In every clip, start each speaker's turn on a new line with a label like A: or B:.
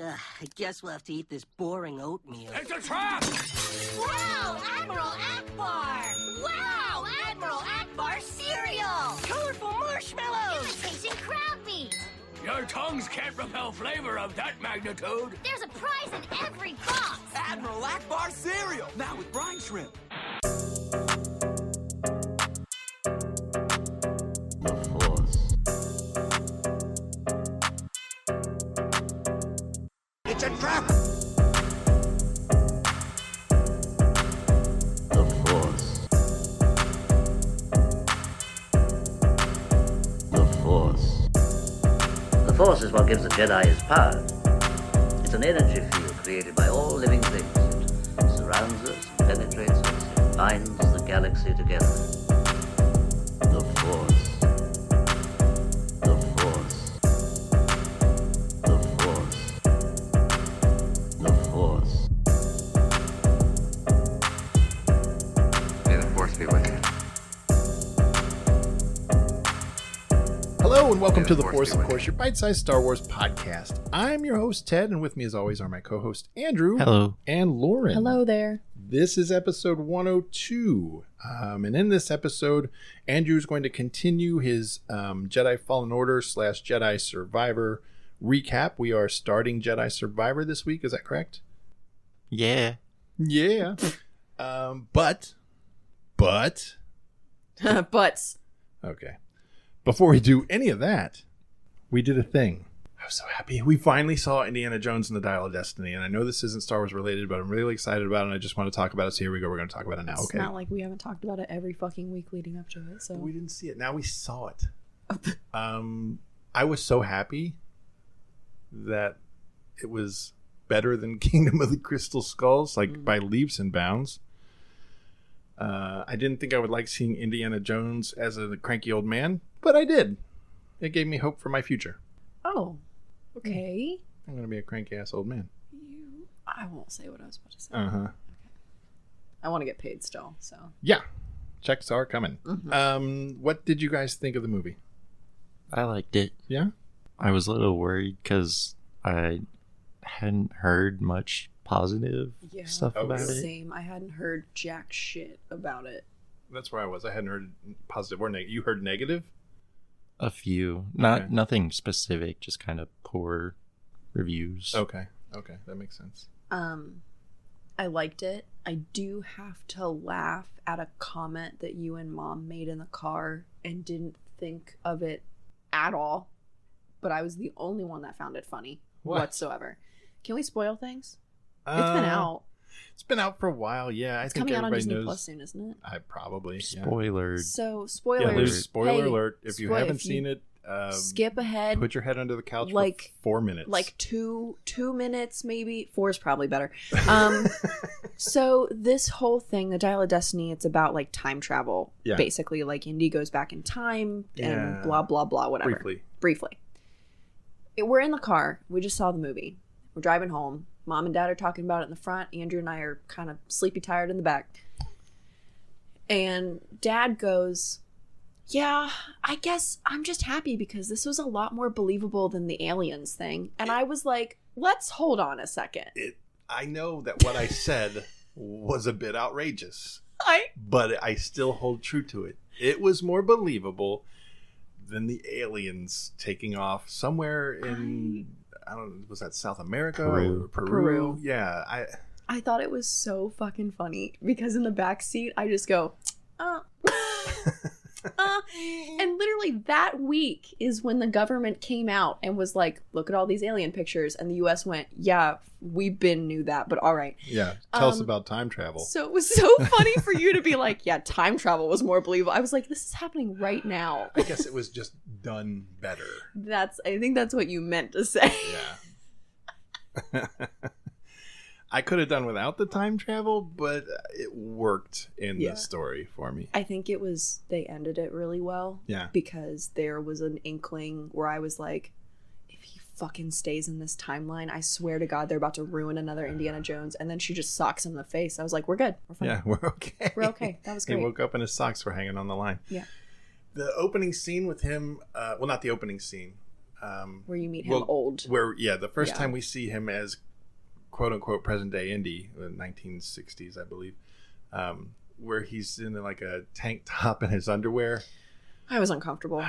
A: Ugh, I guess we'll have to eat this boring oatmeal.
B: It's a trap!
C: Wow, Admiral Akbar! Wow, Admiral Akbar cereal!
A: Colorful marshmallows!
C: Imitation crab meat!
B: Your tongues can't repel flavor of that magnitude.
C: There's a prize in every box!
D: Admiral Akbar cereal, now with brine shrimp.
E: the force.
D: It's a trap.
E: The force. The force.
F: The Force is what gives the Jedi his power. It's an energy field created by all living things. It surrounds us, penetrates us, and binds the galaxy together.
E: The force. The force. The force. The force.
G: May the force be with you.
H: Hello and welcome
G: May
H: to
G: the
H: The
G: Force
H: Force,
G: be
H: of
G: with
H: course,
G: you.
H: your bite-sized Star Wars podcast. I'm your host Ted, and with me, as always, are my co-host Andrew.
I: Hello.
H: And Lauren.
J: Hello there.
H: This is episode 102, um, and in this episode, Andrew is going to continue his um, Jedi Fallen Order slash Jedi Survivor recap. We are starting Jedi Survivor this week. Is that correct?
I: Yeah.
H: Yeah. um, but, but,
J: Butts.
H: Okay. Before we do any of that, we did a thing. I was so happy. We finally saw Indiana Jones and the Dial of Destiny. And I know this isn't Star Wars related, but I'm really excited about it. And I just want to talk about it. So here we go. We're going to talk about it now.
J: It's
H: okay.
J: not like we haven't talked about it every fucking week leading up to it. So
H: But we didn't see it. Now we saw it. um, I was so happy that it was better than Kingdom of the Crystal Skulls, like by leaps and bounds. Uh, I didn't think I would like seeing Indiana Jones as a cranky old man, but I did. It gave me hope for my future.
J: oh, okay.
H: I'm gonna be a cranky ass old man.
J: You, I won't say what I was about to say.
H: Uh huh.
J: I want to get paid still. So
H: Yeah, checks are coming. Um, what did you guys think of the movie?
I: I liked it.
H: Yeah.
I: I was a little worried because I hadn't heard much positive
J: Yeah.
I: stuff
H: Oh,
I: about
H: really?
I: it.
J: same. I hadn't heard jack shit about it.
H: That's where I was. I hadn't heard positive or negative. You heard negative.
I: A few. Not
H: Okay.
I: nothing specific, just kind of poor reviews.
H: Okay. Okay, that makes sense.
J: Um, I liked it. I do have to laugh at a comment that you and mom made in the car and didn't think of it at all. But I was the only one that found it funny
H: What?
J: whatsoever. Can we spoil things? it's been out.
H: Uh, It's been out for a while. Yeah, I
J: It's
H: think
J: coming out on
H: everybody
J: Disney
H: knows.
J: Plus soon, isn't it?
H: I probably yeah.
I: Spoiler.
J: So
H: Yeah,
J: spoilers.
H: there's spoiler
J: Hey,
H: alert. If you
J: spoil-
H: haven't
J: if you
H: seen it, um,
J: skip ahead
H: Put your head under the couch
J: like-
H: for four minutes.
J: like two two minutes maybe four is probably better um so this whole thing the dial of destiny it's about like time travel
H: Yeah.
J: basically like indy goes back in time and
H: Yeah.
J: blah blah blah whatever
H: briefly.
J: briefly It- we're in the car we just saw the movie we're driving home mom and dad are talking about it in the front andrew and i are kind of sleepy tired in the back and dad goes yeah i guess i'm just happy because this was a lot more believable than the aliens thing and i was like let's hold on a second
H: It. I know that what I said was a bit outrageous,
J: i
H: but I still hold true to it. It was more believable than the aliens taking off somewhere in. I don't know. Was that South America
I: Peru.
H: or Peru?
J: Peru.
H: Yeah. I.
J: i thought it was so fucking funny because in the back seat i just go uh, uh, and literally that week is when the government came out and was like look at all these alien pictures and the us went yeah we've been knew that but all right
H: Yeah. Tell us
J: Um,
H: about time travel.
J: so it was so funny for you to be like yeah time travel was more believable i was like this is happening right now
H: I guess it was just done better.
J: that's i think that's what you meant to say
H: Yeah. I could have done without the time travel, but it worked in
J: Yeah.
H: the story for me.
J: I think it was they ended it really well.
H: Yeah.
J: Because there was an inkling where I was like, if he fucking stays in this timeline, I swear to God, they're about to ruin another Indiana Jones. And then she just socks him in the face. I was like, we're good. We're fine.
H: Yeah, we're okay.
J: We're okay. That was
H: He
J: great.
H: woke up and his socks were hanging on the line.
J: Yeah.
H: The opening scene with him, uh, well, not the opening scene. um,
J: Where you meet him old.
H: Where yeah, the first
J: Yeah.
H: time we see him as quote unquote present day Indy, the 1960s, I believe, um, where he's in like a tank top and his underwear.
J: I was uncomfortable.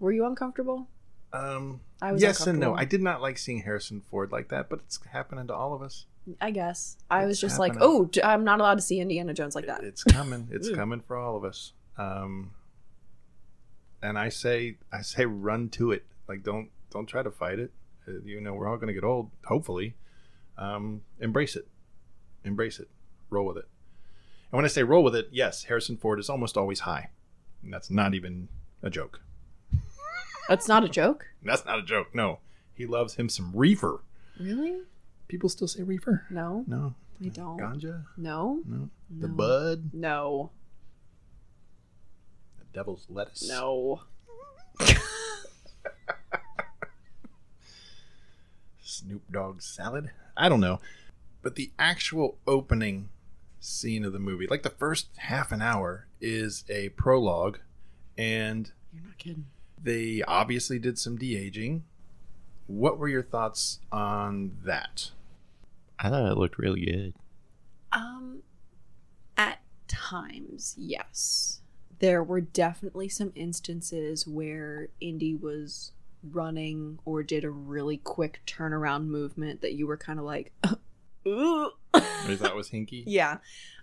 J: Were you uncomfortable?
H: Um,
J: I was
H: yes and no.
J: uncomfortable.
H: I did not like seeing Harrison Ford like that, but it's happening to all of us.
J: I guess. I was just like,
H: happening.
J: oh, d- I'm not allowed to see Indiana Jones like that.
H: It's coming. It's
J: Ooh.
H: coming for all of us. Um, and I say, I say, run to it. Like, don't don't try to fight it. Uh, You know, we're all going to get old. Hopefully, um, embrace it. Embrace it. Roll with it. And when I say roll with it, yes, Harrison Ford is almost always high. And that's not even a joke.
J: That's not a joke?
H: That's not a joke. No, he loves him some reefer.
J: Really?
H: People still say reefer.
J: No.
H: No,
J: I don't.
H: ganja.
J: No.
H: No, the
J: No.
H: bud.
J: No.
H: The devil's lettuce.
J: No.
H: Snoop Dogg salad. I don't know. But the actual opening scene of the movie, like the first half an hour, is a prologue, and
J: You're not kidding.
H: they obviously did some de aging. What were your thoughts on that?
I: I thought it looked really good.
J: Um, at times, yes. There were definitely some instances where Indy was running or did a really quick turnaround movement that you were kind of like, ooh.
H: Or that was hinky?
J: yeah.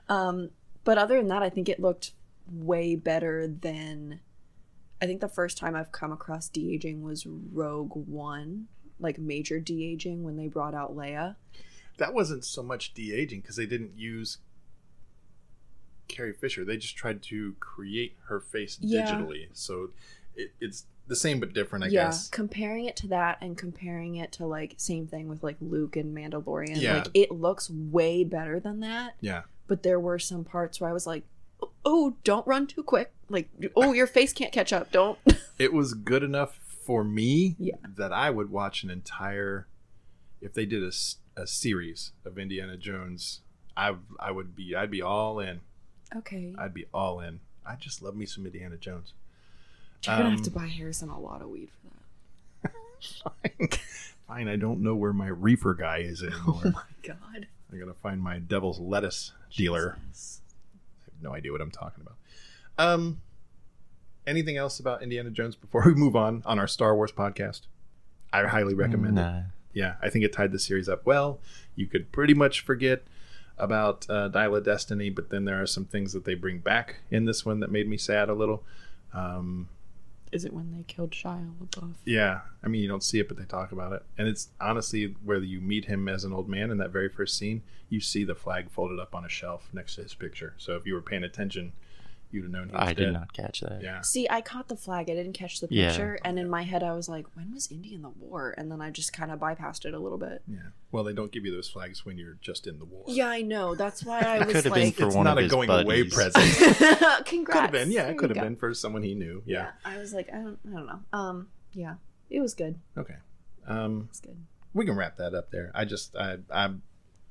J: Um, but other than that, I think it looked way better than. I think the first time I've come across de aging was Rogue One, like major de aging when they brought out Leia.
H: That wasn't so much de aging because they didn't use Carrie Fisher. They just tried to create her face
J: Yeah.
H: digitally. So it, it's the same but different, I
J: yeah,
H: guess.
J: comparing it to that and comparing it to like same thing with like Luke and Mandalorian.
H: Yeah.
J: Like it looks way better than that.
H: Yeah.
J: But there were some parts where I was like, "Oh, don't run too quick. Like, oh, your face can't catch up. Don't."
H: it was good enough for me
J: Yeah.
H: that I would watch an entire if they did a, s- a series of Indiana Jones I I would be I'd be all in
J: okay.
H: I'd be all in I just love me some Indiana Jones
J: You're gonna
H: um,
J: have to buy Harrison a lot of weed for that.
H: fine I don't know where my reefer guy is anymore
J: Oh My God.
H: I gotta find my devil's lettuce dealer
J: Jesus.
H: I have no idea what I'm talking about um anything else about Indiana Jones before we move on on our Star Wars podcast I highly recommend it
I: Nah.
H: yeah, I think it tied the series up well. You could pretty much forget about uh, Dial of Destiny, but then there are some things that they bring back in this one that made me sad a little. Um,
J: Is it when they killed Shia LaBeouf?
H: yeah, I mean, you don't see it, but they talk about it. And it's honestly where you meet him as an old man in that very first scene, you see the flag folded up on a shelf next to his picture. So if you were paying attention, you'd have known he was
I: I did
H: dead.
I: not catch that.
H: Yeah.
J: See, I caught the flag. I didn't catch the
I: Yeah.
J: picture, and in my head, I was like, "When was Indy in the war?" And then I just kind of bypassed it a little bit.
H: Yeah. Well, they don't give you those flags when you're just in the war.
J: Yeah, I know. That's why I
I: It
J: was
I: could have been
J: like,
I: for
H: it's
I: one
H: not
I: of
H: a
I: his
H: going away
I: buddies.
H: present.
J: Congrats.
H: could have been. Yeah,
J: There
H: it could
J: you
H: have
J: go.
H: been for someone he knew. yeah.
J: I was like, I don't, I don't know. Um, yeah, it was good.
H: Okay. Um,
J: It's good.
H: we can wrap that up there. I just I I'm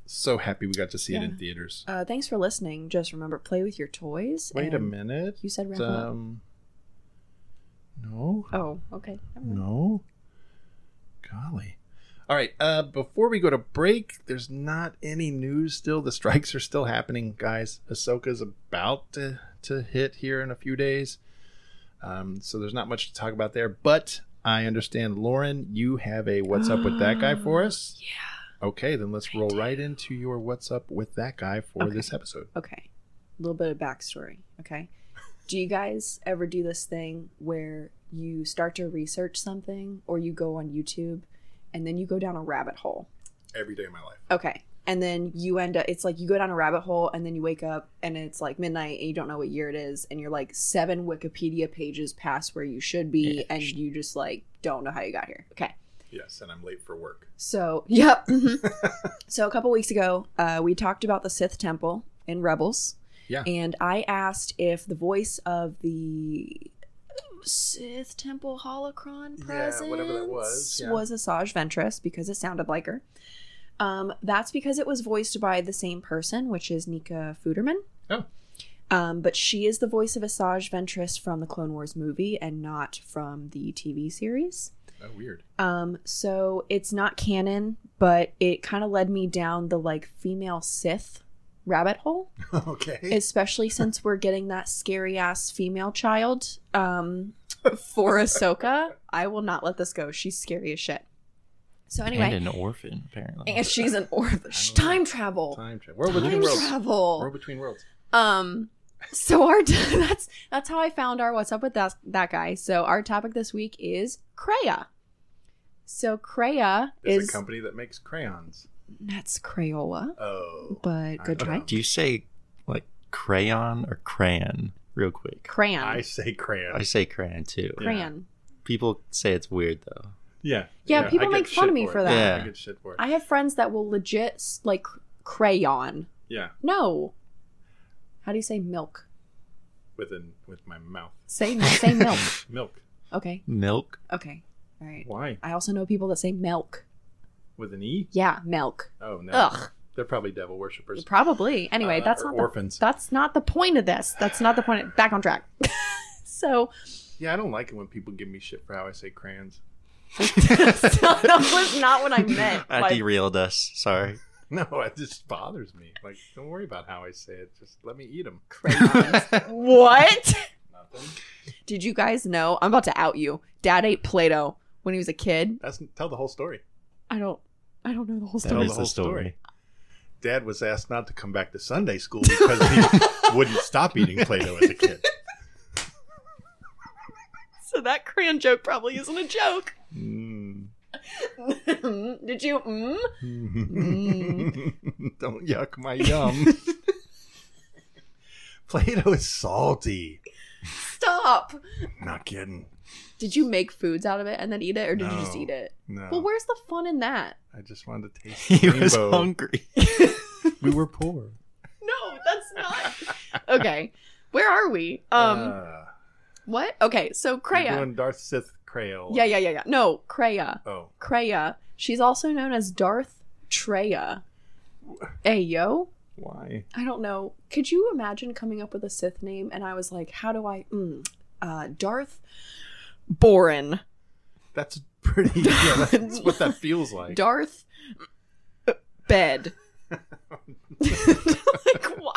H: so happy we got to see it in
J: Yeah.
H: theaters.
J: Uh, thanks for listening. Just remember, play with your toys.
H: Wait a
J: and-
H: minute.
J: you said wrap it up.
H: um No.
J: Oh, okay. Never mind.
H: No. Golly. All right. Uh, before we go to break, there's not any news still. The strikes are still happening, guys. Ahsoka's about to, to hit here in a few days. Um, so there's not much to talk about there. But I understand, Lauren, you have a What's Up with That Guy for us. Yeah. Okay. Then let's roll right into your What's Up with That Guy for
J: Okay.
H: this episode.
J: Okay. A little bit of backstory. Okay. Do you guys ever do this thing where you start to research something, or you go on YouTube, and then you go down a rabbit hole?
H: Every day of my life.
J: Okay. And then you end up, it's like you go down a rabbit hole and then you wake up and it's like midnight and you don't know what year it is. And you're like seven Wikipedia pages past where you should be. And you just like don't know how you got here. Okay.
H: Yes. And I'm late for work.
J: So, yep. mhm. so a couple weeks ago, uh, we talked about the Sith Temple in Rebels.
H: Yeah.
J: And I asked if the voice of the Sith Temple holocron presence
H: Yeah, whatever that was, yeah.
J: was Asajj Ventress because it sounded like her. Um, that's because it was voiced by the same person, which is Nika Fuderman.
H: Oh.
J: Um, but she is the voice of Asajj Ventress from the Clone Wars movie and not from the TV series.
H: Oh, weird.
J: Um, so it's not canon, but it kind of led me down the like female Sith rabbit hole,
H: okay.
J: especially since we're getting that scary ass female child um, for Ahsoka. I will not let this go. She's scary as shit. So anyway,
I: and an orphan apparently.
J: and she's an orphan. Time travel.
H: Time travel. World between
J: Time
H: worlds.
J: travel.
H: World between worlds.
J: Um, so our that's that's how I found our what's up with that that guy. So our topic this week is Crea. So Crea
H: There's
J: is
H: a company that makes crayons.
J: that's Crayola,
H: Oh.
J: but
H: I
J: good
H: don't
J: try.
H: know.
I: Do you say like crayon or crayon? Real quick.
J: Crayon,
H: I say crayon.
I: I say crayon too.
H: Yeah.
J: crayon.
I: People say it's weird though.
H: Yeah.
J: Yeah, people
H: I get
J: make fun
H: shit
J: of me for
H: it.
I: that.
H: Yeah. I
I: Yeah.
H: get shit for it.
J: I have friends that will legit s- like crayon.
H: yeah.
J: No, how do you say milk?
H: With an with my mouth.
J: Say say milk.
H: Milk.
J: Okay,
I: Milk.
J: okay, all right.
H: Why?
J: I also know people that say milk.
H: With an E?
J: Yeah, milk.
H: Oh no.
J: Ugh.
H: They're probably devil worshippers.
J: Probably. Anyway,
H: Uh,
J: that's
H: or
J: not the,
H: orphans.
J: That's not the point of this. That's not the point. Of, back on track. so,
H: yeah, I don't like it when people give me shit for how I say crayons.
J: so that was not what I meant.
I: I
J: Like,
I: derailed us. Sorry.
H: No, it just bothers me. Like, don't worry about how I say it. Just let me eat them.
J: what?
H: Nothing.
J: Did you guys know? I'm about to out you. Dad ate Play-Doh when he was a kid.
H: That's tell the whole story.
J: I don't. I don't know the whole
I: That
J: story.
H: Tell
I: is
H: the
I: the
H: whole
I: story.
H: story. Dad was asked not to come back to Sunday school because he wouldn't stop eating Play-Doh as a kid.
J: So that crayon joke probably isn't a joke.
H: Mm.
J: Did you? Mm?
H: Mm. Don't yuck my yum. Play-Doh is salty.
J: Stop.
H: Not kidding.
J: Did you make foods out of it and then eat it, or did you just
H: No.
J: eat it?
H: No,
J: Well, where's the fun in that?
H: I just wanted to taste.
I: He
H: the
I: was
H: rainbow.
I: hungry.
H: We were poor.
J: No, that's not. okay, where are we? Um.
H: Uh,
J: What? Okay, so
H: You're
J: Kreia.
H: doing Darth Sith Krail.
J: Yeah, yeah, yeah, yeah. No, Kreia.
H: Oh,
J: Kreia. She's also known as Darth Treya. Hey, yo.
H: why?
J: I don't know. Could you imagine coming up with a Sith name? And I was like, how do I. Mm, uh, Darth Boren.
H: That's pretty. Yeah, that's what that feels like.
J: Darth uh, Bed. like, wow.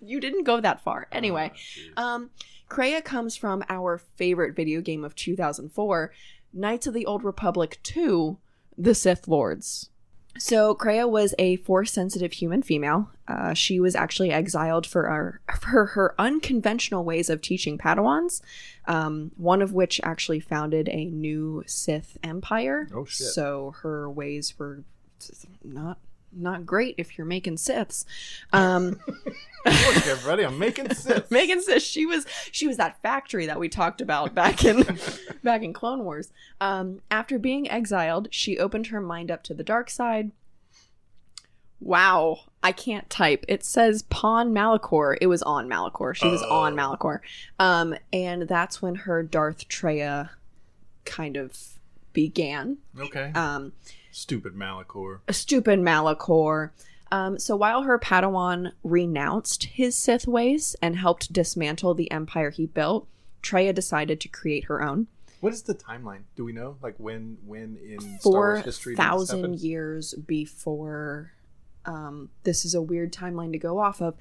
J: You didn't go that far. Anyway. Um, Kreia comes from our favorite video game of 2004, Knights of the Old Republic 2, The Sith Lords. So Kreia was a force-sensitive human female. Uh, she was actually exiled for her, for her unconventional ways of teaching Padawans, um, one of which actually founded a new Sith empire.
H: Oh, shit.
J: So her ways were not not great if you're making Siths. Um,
H: Look, everybody, I'm making Sith.
J: Megan says she was she was that factory that we talked about back in back in Clone Wars. Um, after being exiled, she opened her mind up to the dark side. Wow, I can't type. It says Pon Malachor. It was on Malachor. She was on Malachor, um, and that's when her Darth Treya kind of began.
H: Okay.
J: Um,
H: Stupid Malachor.
J: a stupid Malachor. Um, so while her Padawan renounced his Sith ways and helped dismantle the empire he built, Treya decided to create her own.
H: What is the timeline? Do we know? Like when? When in Star
J: Four
H: Wars history? did this happen?
J: thousand years before. Um, this is a weird timeline to go off of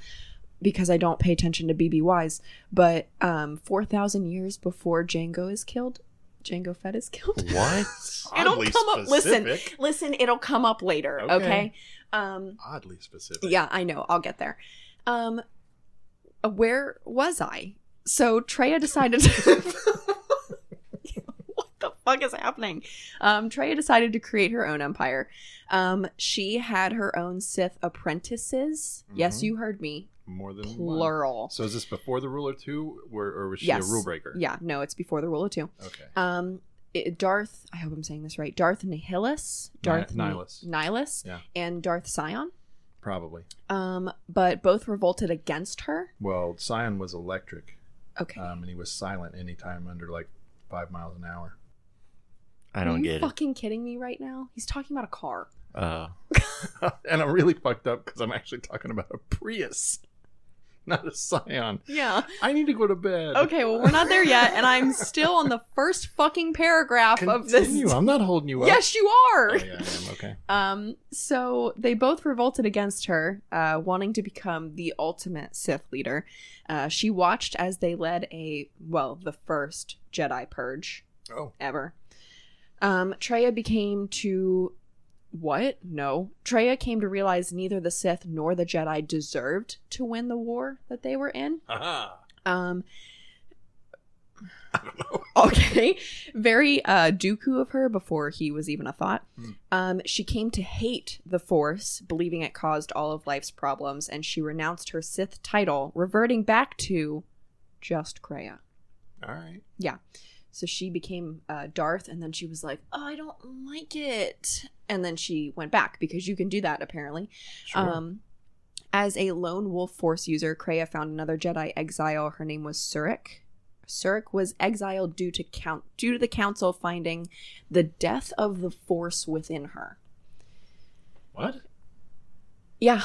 J: because I don't pay attention to BBYs, but um, four thousand years before Django is killed, Django Fett is killed.
I: What?
J: It'll
H: Oddly
J: come up. Listen,
H: specific.
J: listen. It'll come up later.
H: Okay.
J: Okay. Um,
H: Oddly specific.
J: Yeah, I know. I'll get there. Um, where was I? So Treya decided. what the fuck is happening? Um, Treya decided to create her own empire. Um, she had her own Sith apprentices. Yes,
H: Mhm.
J: you heard me.
H: More than one.
J: Plural.
H: So is this before the Ruler Two, or, or was she
J: yes.
H: a rule breaker?
J: Yeah. No, it's before the rule of two.
H: Okay.
J: Um, it- Darth. I hope I'm saying this right. Darth Nihilus. Darth Ni-
H: Nihilus.
J: Nihilus.
H: Yeah.
J: And Darth Scion.
H: Probably.
J: Um, but both revolted against her.
H: Well, Scion was electric,
J: Okay.
H: um, and he was silent anytime under like five miles an hour.
I: I
J: Are
I: don't
J: you
I: get it.
J: fucking kidding me right now? He's talking about a car.
I: Uh,
H: and I'm really fucked up because I'm actually talking about a Prius. not a scion.
J: Yeah.
H: I need to go to bed.
J: Okay, well, we're not there yet, and I'm still on the first fucking paragraph of this.
H: Continue. I'm not holding you up.
J: Yes, you are.
H: Oh, yeah, I am. Okay.
J: Um, so they both revolted against her, uh, wanting to become the ultimate Sith leader. Uh, she watched as they led a, well, the first Jedi purge
H: Oh.
J: ever. Um, Treya became to. What? No. Treya came to realize neither the Sith nor the Jedi deserved to win the war that they were in.
H: Aha.
J: Um, okay, very uh, Dooku of her before he was even a thought.
H: Hmm.
J: Um, she came to hate the Force, believing it caused all of life's problems, and she renounced her Sith title, reverting back to just Kreia.
H: All right.
J: Yeah. So she became uh, Darth, and then she was like, "Oh, I don't like it," and then she went back because you can do that apparently.
H: Sure.
J: Um, as a lone wolf force user, Kreia found another Jedi exile. Her name was Surik. Surik was exiled due to count due to the council finding the death of the force within her.
H: what?
J: Yeah,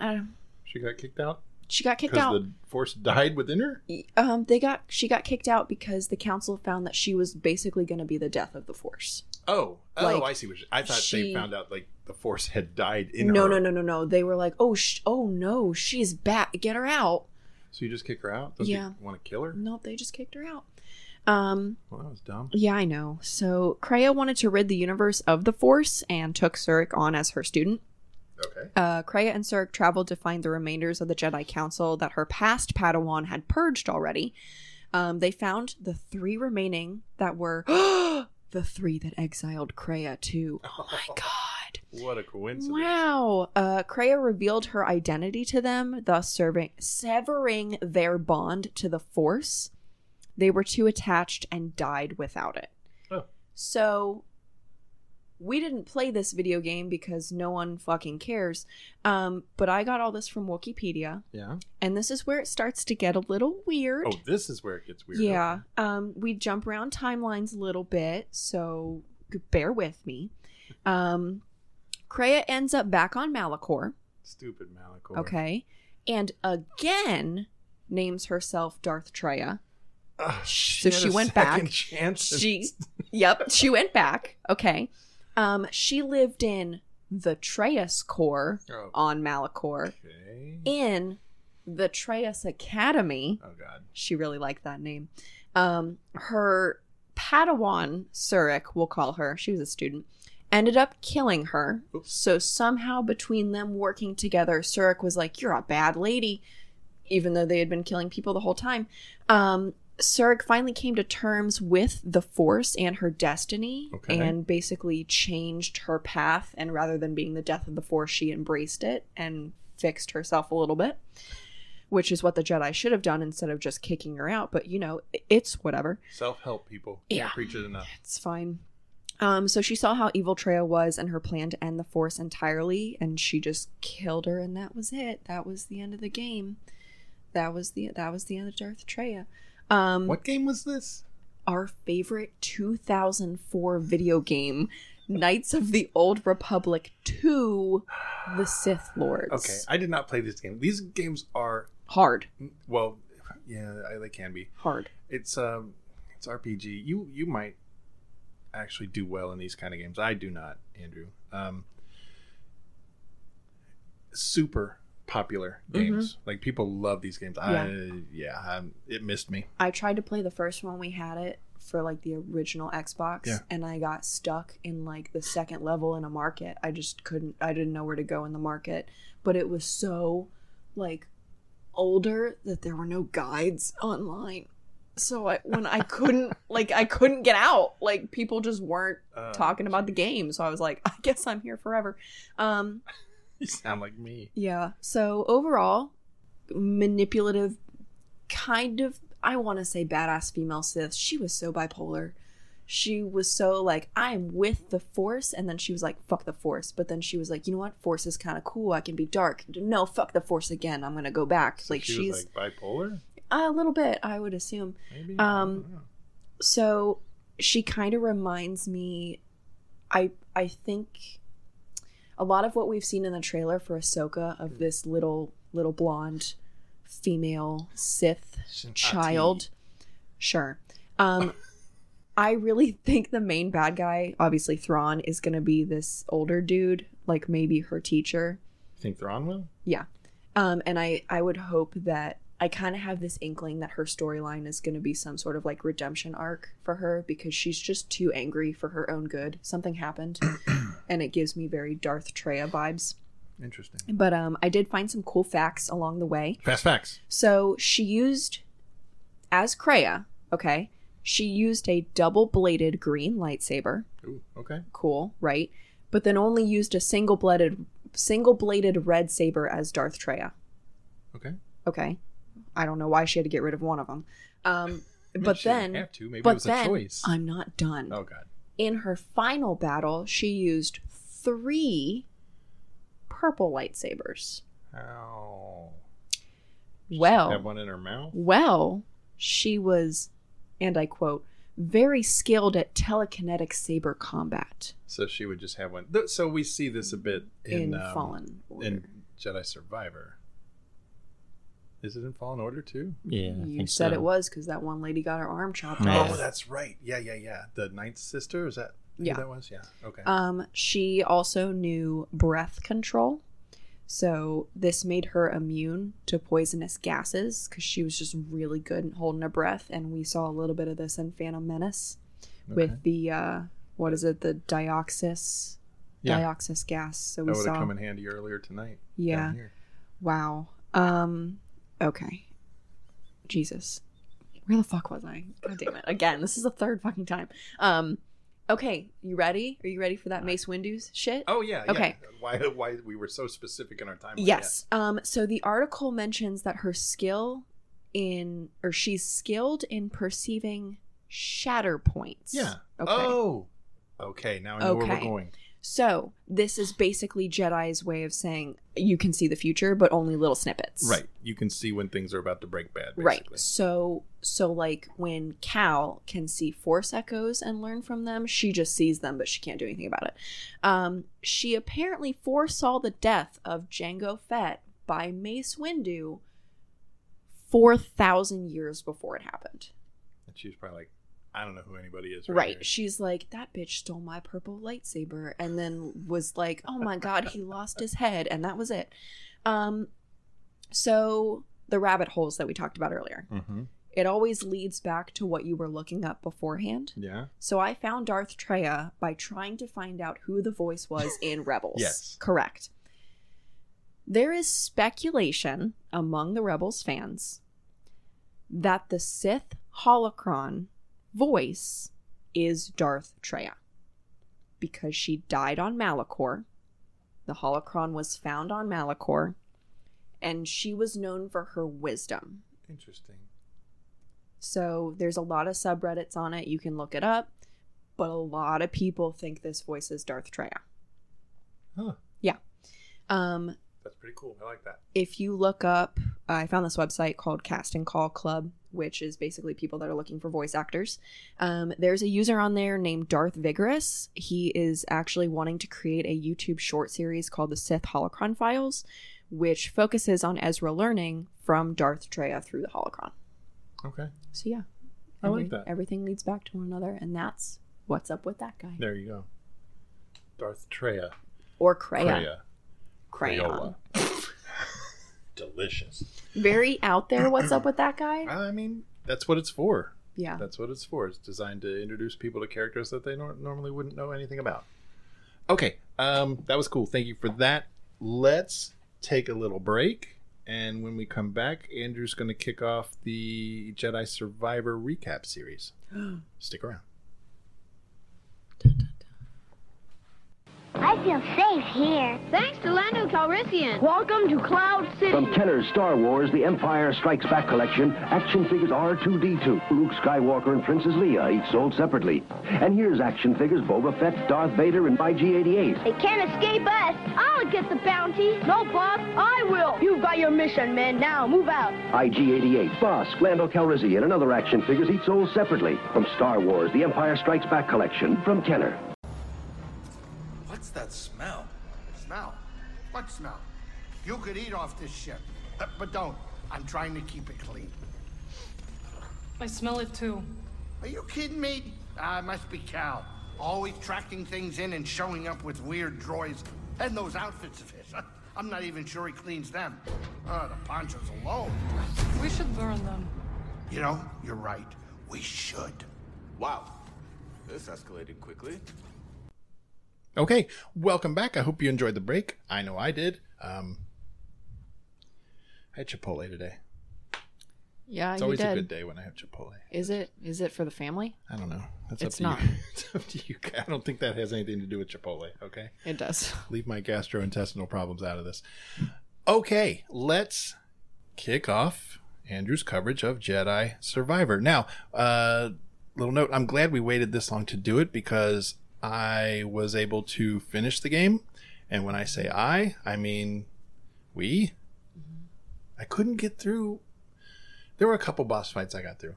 J: uh,
H: She got kicked out
J: she got kicked
H: because
J: out.
H: the force died within her.
J: Um, they got she got kicked out because the council found that she was basically going to be the death of the force.
H: Oh. Oh,
J: Like,
H: I see. What you- I thought
J: she-
H: they found out like the force had died in
J: no,
H: her.
J: no, no, no, no. They were like, "Oh, sh- oh no, she's back. Get her out."
H: So you just kick her out? Don't
J: Yeah.
H: you want to kill her?
J: Nope, they just kicked her out. Um,
H: Well, that was dumb.
J: Yeah, I know. So Kreia wanted to rid the universe of the Force and took Surik on as her student.
H: Okay.
J: Uh, Kreia and Surik traveled to find the remainders of the Jedi Council that her past Padawan had purged already. Um, they found the three remaining that were the three that exiled Kreia too. Oh my god.
H: What a coincidence.
J: Wow. Uh, Kreia revealed her identity to them, thus serving, severing their bond to the Force. They were too attached and died without it.
H: Oh.
J: So, we didn't play this video game because no one fucking cares. Um, but I got all this from Wikipedia,
H: Yeah.
J: and this is where it starts to get a little weird.
H: Oh, this is where it gets weird.
J: Yeah. Um, we jump around timelines a little bit, so g- bear with me. Um, Kreia ends up back on Malachor,
H: Stupid Malachor.
J: okay, and again names herself Darth Treya.
H: Ugh,
J: So
H: had
J: she
H: a
J: went
H: second
J: back.
H: Chance and-
J: She, yep, she went back. Okay. Um, she lived in the Treyas Corps
H: Oh.
J: on Malachor
H: Okay.
J: in the Treyas Academy.
H: Oh God.
J: She really liked that name. Um, her Padawan, Surik, we'll call her, she was a student, ended up killing her.
H: Oops.
J: So somehow between them working together, Surik was like, You're a bad lady, even though they had been killing people the whole time. Um, Surik finally came to terms with the Force and her destiny
H: Okay.
J: and basically changed her path. And rather than being the death of the Force, she embraced it and fixed herself a little bit which is what the Jedi should have done instead of just kicking her out. But you know, it's whatever.
H: Self help people.
J: Yeah.
H: Can't preach it enough.
J: It's fine. Um, so she saw how evil Treya was and her plan to end the Force entirely, and she just killed her, and that was it. That was the end of the game. That was the that was the end of Darth Treya. Um,
H: What game was this?
J: our favorite 2004 video game, Knights of the Old Republic 2, The Sith Lords.
H: Okay, I did not play this game. These games are mm,
J: hard,
H: well, yeah, I- they can be.
J: hard.
H: It's um, it's RPG. You you might actually do well in these kind of games. I do not, Andrew. Um, super popular
J: Mm-hmm.
H: games. Like people love these games. I yeah, um, it missed me.
J: I tried to play the first one we had it for like the original Xbox
H: Yeah.
J: and I got stuck in like the second level in a market. I just couldn't I didn't know where to go in the market, but it was so like older that there were no guides online. So I when I couldn't like I couldn't get out. Like people just weren't
H: Uh,
J: talking about the game. So I was like, I guess I'm here forever. Um
H: You sound like me.
J: yeah. So overall, manipulative, kind of, I want to say badass female Sith. She was so bipolar. She was so like, I'm with the Force. And then she was like, fuck the Force. But then she was like, you know what? Force is kind of cool. I can be dark. No, fuck the Force again. I'm going to go back.
H: So
J: like,
H: she
J: she's
H: was like bipolar.
J: a little bit, I would assume.
H: Maybe.
J: Um,
H: I don't know.
J: so she kind of reminds me i i think
H: Mm.
J: a lot of what we've seen in the trailer for ahsoka of this little little blonde female Sith
H: She's an
J: child. Sure. Um, I really think the main bad guy, obviously Thrawn, is going to be this older dude, like maybe her teacher.
H: You think Thrawn will?
J: Yeah. Um, and I, I would hope that I kind of have this inkling that her storyline is going to be some sort of like redemption arc for her because she's just too angry for her own good. Something happened, and it gives me very Darth Treya vibes.
H: Interesting.
J: But um, I did find some cool facts along the way.
H: Fast facts.
J: So she used, as Kreia, okay, she used a double bladed green lightsaber.
H: Ooh, okay.
J: Cool, right? But then only used a single bladed single bladed red saber as Darth Treya.
H: Okay.
J: Okay. I don't know why she had to get rid of one of them. Um, but
H: she didn't
J: then,
H: have to. Maybe it
J: but
H: was a
J: then,
H: choice.
J: I'm not done.
H: Oh god.
J: In her final battle, she used three purple lightsabers.
H: How?
J: Well,
H: Have one in her mouth.
J: Well, she was, and I quote, very skilled at telekinetic saber combat
H: So she would just have one. Th- So we see this a bit in,
J: in,
H: um,
J: Fallen Order.
H: in Jedi Survivor. Is it in Fallen Order too?
I: Yeah, I
J: you
I: think
J: said
I: so.
J: it was because that one lady got her arm chopped
I: Yeah.
H: Oh,
J: off.
H: that's right. Yeah, yeah, yeah. The Ninth Sister is that? who
J: Yeah.
H: that was. Yeah. Okay.
J: Um, she also knew breath control. So this made her immune to poisonous gases because she was just really good at holding her breath. And we saw a little bit of this in Phantom Menace
H: Okay.
J: with the, uh, what is it, the dioxys,
H: Yeah.
J: dioxys gas. So we
H: that would have
J: saw
H: come in handy earlier tonight.
J: Yeah.
H: down here.
J: Wow. Um. Okay. Jesus. Where the fuck was I? God damn it! Again, this is the third fucking time. Um. Okay, you ready? Are you ready for that Mace Windu's shit?
H: Oh yeah. yeah.
J: Okay.
H: Why? Why we were so specific in our time?
J: Yes. Um. So the article mentions that her skill in, or she's skilled in perceiving shatter points.
H: Yeah.
J: Okay.
H: Oh. Okay. Now I know where
J: Okay.
H: we're going.
J: So this is basically Jedi's way of saying you can see the future, but only little snippets.
H: Right. You can see when things are about to break bad.
J: Right.
H: Basically.
J: So so like when Cal can see force echoes and learn from them, she just sees them but she can't do anything about it. Um she apparently foresaw the death of Django Fett by Mace Windu 4000 years before it happened.
H: And she was probably like, I don't know who anybody is.
J: Right.
H: Right. here.
J: She's like, that bitch stole my purple lightsaber and then was like, oh my God, he lost his head. And that was it. Um, so the rabbit holes that we talked about earlier,
H: Mhm.
J: it always leads back to what you were looking up beforehand.
H: Yeah.
J: So I found Darth Treya by trying to find out who the voice was in Rebels.
H: Yes.
J: Correct. There is speculation among the Rebels fans that the Sith holocron voice is Darth Treya because she died on Malachor. The holocron was found on Malachor and she was known for her wisdom.
H: Interesting.
J: So there's a lot of subreddits on it. You can look it up. But a lot of people think this voice is Darth Treya.
H: Huh.
J: Um,
H: That's pretty cool. I like that.
J: if you look up, I found this website called Cast and Call Club, which is basically people that are looking for voice actors. Um, there's a user on there named Darth Vigorous. He is actually wanting to create a YouTube short series called The Sith Holocron Files, which focuses on Ezra learning from Darth Treya through the Holocron.
H: Okay.
J: So yeah,
H: I like that.
J: Everything leads back to one another, and that's what's up with that guy
H: There you go. Darth Treya.
J: or Kreia.
H: Treya.
J: Crayon.
H: Crayola. Delicious.
J: Very out there. What's up with that guy?
H: I mean, that's what it's for.
J: Yeah.
H: That's what it's for. It's designed to introduce people to characters that they nor- normally wouldn't know anything about. Okay, um, that was cool. Thank you for that. Let's take a little break, and when we come back, Andrew's going to kick off the Jedi Survivor recap series. Stick around.
C: I feel safe here. Thanks to Lando Calrissian. Welcome to Cloud City.
K: From Kenner's Star Wars The Empire Strikes Back collection, action figures R2-D2, Luke Skywalker and Princess Leia, each sold separately. And here's action figures Boba Fett, Darth Vader, and YG-88.
C: They can't escape us. I'll get the bounty. No, boss, I will. You got your mission, man. Now move out.
K: IG-88, Bosk, Lando Calrissian, and other action figures each sold separately. From Star Wars The Empire Strikes Back collection, from Kenner.
D: What's that smell?
L: Smell? What smell? You could eat off this ship, but- but don't.
D: I'm trying to keep it clean.
L: I smell it too.
D: Are you kidding me? Ah, it must be Cal. Always tracking things in and showing up with weird droids and those outfits of his. I'm not even sure he cleans them. Ah, the ponchos alone.
L: We should burn them.
D: You know, you're right. We should.
M: Wow. This escalated quickly.
H: Okay, welcome back. I hope you enjoyed the break. I know I did. Um, I had Chipotle today.
J: Yeah,
H: it's
J: Uh, you
H: always
J: did.
H: a good day when I have Chipotle.
J: Is it? Is it for the family?
H: I don't know. That's
J: It's
H: up to
J: not.
H: you. it's up to you. I don't think that has anything to do with Chipotle. Okay.
J: It does.
H: Leave my gastrointestinal problems out of this. Okay, let's kick off Andrew's coverage of Jedi Survivor. Now, uh, little note: I'm glad we waited this long to do it because I was able to finish the game, and when I say I, I mean we. I couldn't get through. There were a couple boss fights I got through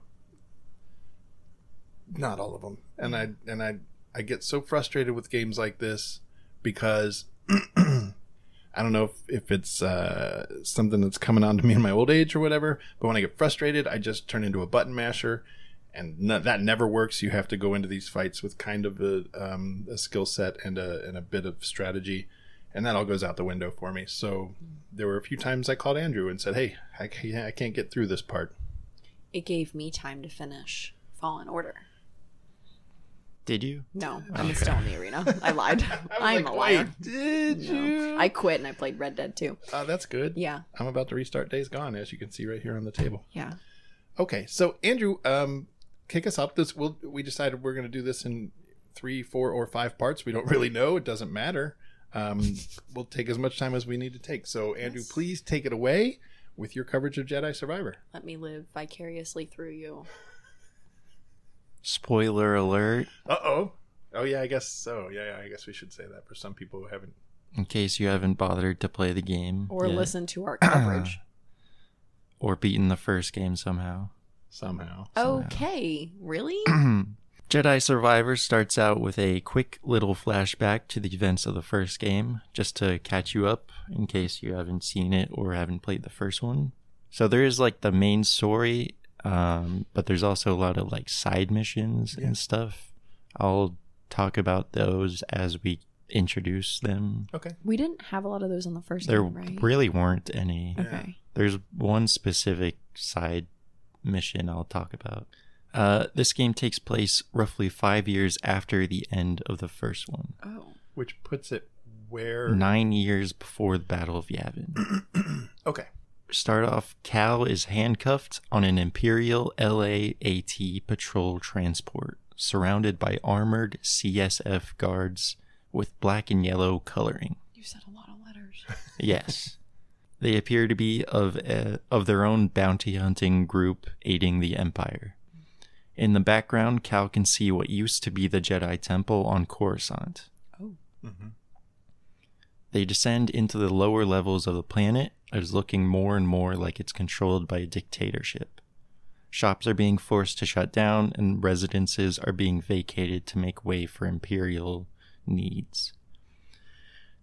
H: not all of them and i and i i get so frustrated with games like this because i don't know if, if it's uh, something that's coming on to me in my old age or whatever but when i get frustrated i just turn into a button masher and no, that never works you have to go into these fights with kind of a, um, a skill set and a, and a bit of strategy and that all goes out the window for me so there were a few times i called andrew and said hey i can't, I can't get through this part
J: It gave me time to finish Fallen Order.
I: Did you?
J: No, I'm
I: Okay.
J: still in the arena. I lied.
H: I
J: I'm
H: was like,
J: a liar.
H: "Wait, did
J: No.
H: you?"
J: I quit and I played Red Dead 2.
H: oh that's good
J: Yeah.
H: i'm about to restart days gone as you can see right here on the table
J: Yeah.
H: Okay, so Andrew, um, kick us up. This we'll, we decided we're going to do this in three, four, or five parts. We don't really know. It doesn't matter. Um, we'll take as much time as we need to take. So, Andrew, please take it away with your coverage of Jedi Survivor.
J: Let me live vicariously through you.
I: Spoiler alert.
H: Uh oh. Oh yeah, I guess so. Yeah, yeah, I guess we should say that for some people who haven't.
I: In case you haven't bothered to play the game
J: Or
I: yet.
J: listen to our coverage.
I: or beaten the first game somehow.
H: Somehow.
J: Oh. okay. Really?
I: Jedi Survivor starts out with a quick little flashback to the events of the first game, just to catch you up in case you haven't seen it or haven't played the first one. So there is like the main story, um, but there's also a lot of like side missions and stuff. I'll talk about those as we introduce them.
H: Okay.
J: We didn't have a lot of those on the first
I: There
J: game, right?
I: really weren't any.
J: Okay.
I: There's one specific side mission I'll talk about. Uh, this game takes place roughly five years after the end of the first one,
J: Oh.
H: Which puts it where?
I: nine years before the Battle of Yavin.
H: Okay.
I: Start off Cal is handcuffed on an Imperial LAAT patrol transport, surrounded by armored CSF guards with black and yellow coloring.
J: You said a lot of letters.
I: Yes. they appear to be of uh, of their own bounty hunting group aiding the empire. In the background, Cal can see what used to be the Jedi Temple on Coruscant.
J: Oh.
H: Mm-hmm.
I: They descend into the lower levels of the planet, as looking more and more like it's controlled by a dictatorship. Shops are being forced to shut down, and residences are being vacated to make way for imperial needs.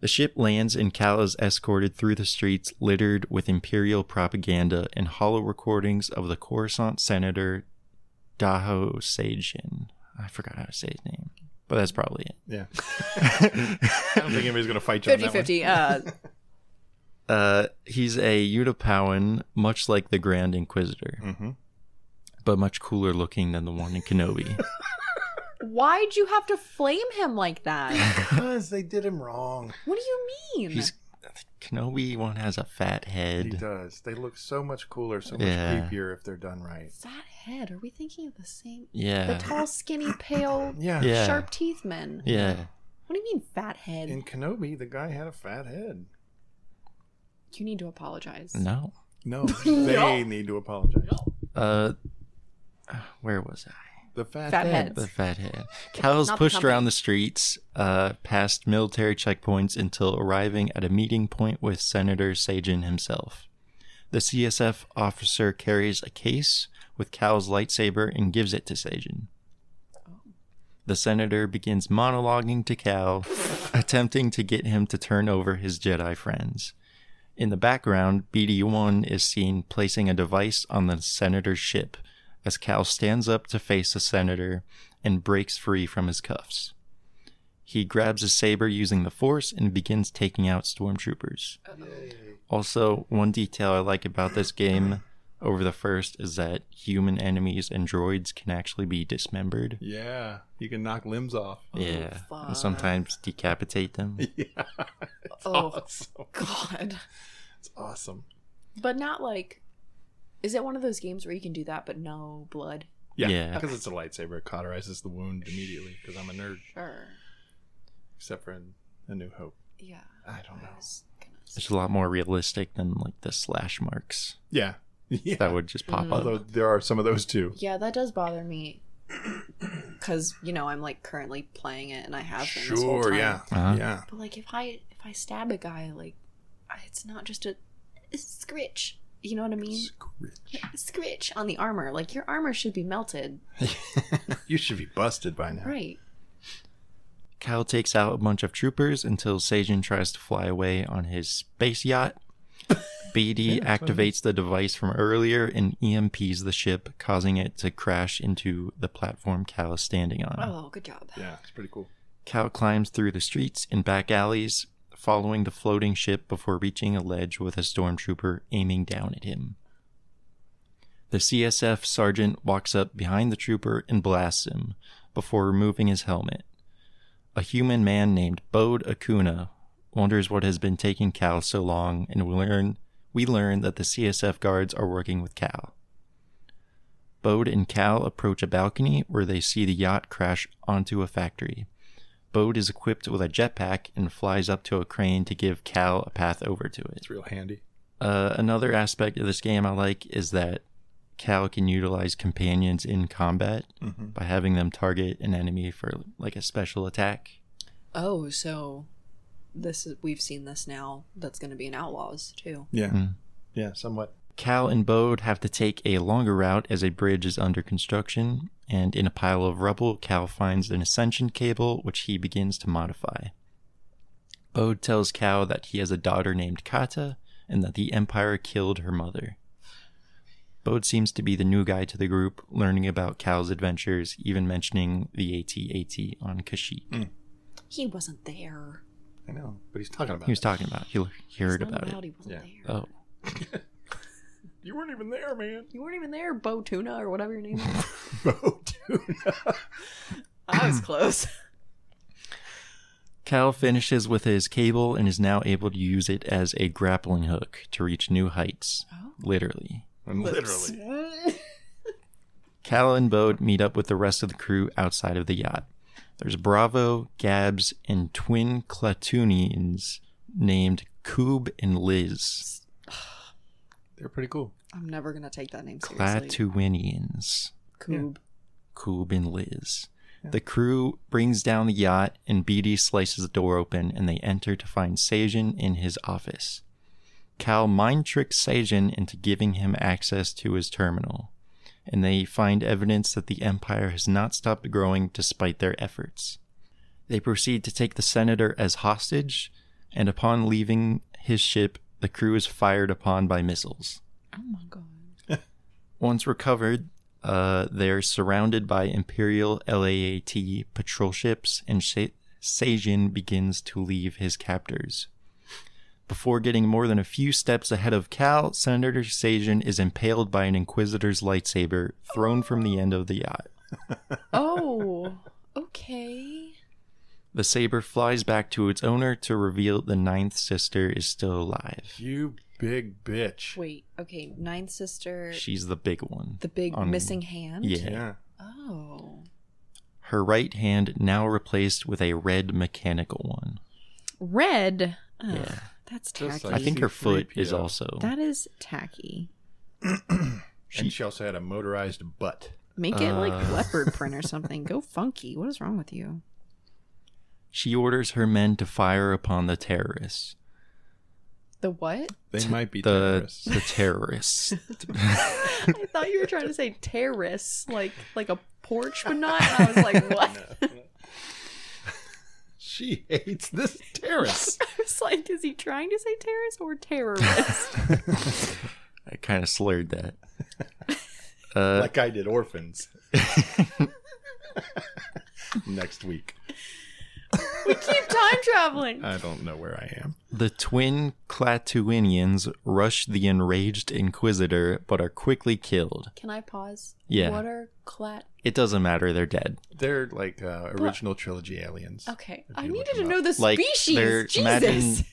I: The ship lands and Cal is escorted through the streets littered with imperial propaganda and hollow recordings of the Coruscant Senator Daho Seijin. I forgot how to say his name, but that's probably it.
H: Yeah. I don't think anybody's going to fight you.
J: 50
H: on that one.
J: 50. Uh,
I: Uh, he's a Utapauan, much like the Grand Inquisitor,
H: Mm-hmm.
I: but much cooler looking than the one in Kenobi.
J: uh, why'd you have to flame him like that?
H: Because they did him wrong.
J: What do you mean?
I: He's- Kenobi one has a fat head.
H: He does. They look so much cooler, so much
I: Yeah.
H: creepier if they're done right.
J: Fat head. Are we thinking of the same?
I: Yeah.
J: The tall, skinny, pale,
H: Yeah.
I: Yeah.
J: sharp teeth men.
I: Yeah.
J: What do you mean, fat head?
H: In Kenobi, the guy had a fat head.
J: You need to apologize.
I: No.
H: No, they need to apologize.
I: Uh, where was I?
H: The fat,
J: Fat
H: head.
J: heads.
I: The fat head. Cal's
J: Not the
I: pushed
J: company.
I: around the streets, uh, past military checkpoints until arriving at a meeting point with Senator Sajin himself. The CSF officer carries a case with Cal's lightsaber and gives it to Sajin. The senator begins monologuing to Cal, attempting to get him to turn over his Jedi friends. In the background, BD 1 is seen placing a device on the senator's ship as Cal stands up to face the senator and breaks free from his cuffs. He grabs his saber using the force and begins taking out stormtroopers. Also, one detail I like about this game over the first is that human enemies and droids can actually be dismembered.
H: Yeah, you can knock limbs off.
I: Yeah. And sometimes decapitate them.
H: Yeah.
J: oh God.
H: It's awesome.
J: But not like is it one of those games where you can do that but no blood?
H: Yeah, because it's a lightsaber. It cauterizes the wound immediately because I'm a nerd,
J: Sure.
H: except for in A New Hope.
J: Yeah.
H: I don't know.
I: It's a lot more realistic than like the slash marks.
H: Yeah. Yeah.
I: That would just pop
H: Although
I: up.
H: there are some of those too.
J: Yeah, that does bother me. Cause, you know, I'm like currently playing it and I have been this whole
H: Sure,
J: time.
H: yeah.
I: Uh-huh.
H: Yeah.
J: But like if I if I stab a guy, like I- it's not just a, a scritch. You know what I mean? Scritch. Scritch on the armor. Like your armor should be melted.
H: You should be busted by now.
J: Right.
I: Cal takes out a bunch of troopers until Sajin tries to fly away on his space yacht. BD
H: Yeah, that's what I mean.
I: activates the device from earlier and EMPs the ship, causing it to crash into the platform Cal is standing on.
J: Oh, good job.
H: Yeah, it's pretty cool.
I: Cal climbs through the streets and back alleys, following the floating ship before reaching a ledge with a stormtrooper aiming down at him. The CSF sergeant walks up behind the trooper and blasts him before removing his helmet. A human man named Bode Acuna wonders what has been taking Cal so long, and we learn we learn that the CSF guards are working with Cal. Bode and Cal approach a balcony where they see the yacht crash onto a factory. Bode is equipped with a jetpack and flies up to a crane to give Cal a path over to it. It's
H: real handy.
I: Uh, another aspect of this game I like is that Cal can utilize companions in combat
J: Mhm.
I: by having them target an enemy for like a special attack.
J: Oh, so this is we've seen this now. That's going to be in Outlaws too.
H: Yeah.
I: Hmm.
H: Yeah, somewhat.
I: Cal and Bode have to take a longer route as a bridge is under construction, and in a pile of rubble, Cal finds an ascension cable which he begins to modify. Bode tells Cal that he has a daughter named Kata and that the Empire killed her mother. Bode seems to be the new guy to the group, learning about Cal's adventures, even mentioning the AT-AT on Kashyyyk.
J: He wasn't there.
H: I know, but he's talking
I: He was talking about. it. He, he heard
J: not
I: about
J: allowed, he
I: it.
J: wasn't
I: Oh,
H: You weren't even there, man.
J: You weren't even there, Bo Tuna or whatever your name is. Bo Tuna. I was close.
I: Cal finishes with his cable and is now able to use it as a grappling hook to reach new heights. Literally.
J: Literally.
I: Cal and Bode meet up with the rest of the crew outside of the yacht. There's Bravo, Gabs, and twin Clatoonians named Coob and Liz.
H: They're pretty cool.
J: I'm never gonna take that name seriously.
I: Clatoonians.
J: Coob.
I: Coob and Liz. The crew brings down the yacht, and BD slices the door open, and they enter to find Sajin in his office. Cal mind tricks Sajin into giving him access to his terminal, and they find evidence that the Empire has not stopped growing despite their efforts. They proceed to take the senator as hostage, and upon leaving his ship, the crew is fired upon by missiles.
J: Oh my god.
I: Once recovered, uh, they're surrounded by Imperial LAAT patrol ships, and Sa- Sajin begins to leave his captors. Before getting more than a few steps ahead of Cal, Senator Sajin is impaled by an Inquisitor's lightsaber thrown from the end of the yacht.
J: Oh. Okay.
I: The saber flies back to its owner to reveal the ninth sister is still alive.
H: You big bitch.
J: Wait. Okay. Ninth sister.
I: She's the big one.
J: The big
I: on-
J: missing hand.
I: yeah.
J: Oh.
I: Her right hand now replaced with a red mechanical one.
J: Red. Ugh,
I: Yeah.
J: That's
H: Just
J: tacky.
H: like
I: I think her foot is
H: C-3PO.
I: also.
J: That is tacky.
H: and she also had a motorized butt.
J: Make it like
I: Uh.
J: leopard print or something. Go funky. What is wrong with you?
I: She orders her men to fire upon the terrorists.
J: The what?
H: They might be
I: the, terrorists. The terrorists.
J: I thought you were trying to say terrace, like like a porch, but not. And I was like, what?
H: She hates this terrace.
J: I was like, is he trying to say terrorist or terrorist?
I: I kind of slurred that. Uh,
H: like I did orphans. Next week.
J: we keep time traveling.
H: I don't know where I am.
I: The twin Clatuinians rush the enraged Inquisitor, but are quickly killed.
J: Can I pause?
I: Yeah.
J: What are clat?
I: It doesn't matter; they're dead.
H: They're like uh, original trilogy aliens.
J: Okay,
H: If
J: I
H: you look
J: needed to
H: them
J: know
H: up.
J: the species.
I: they're-
J: Jesus.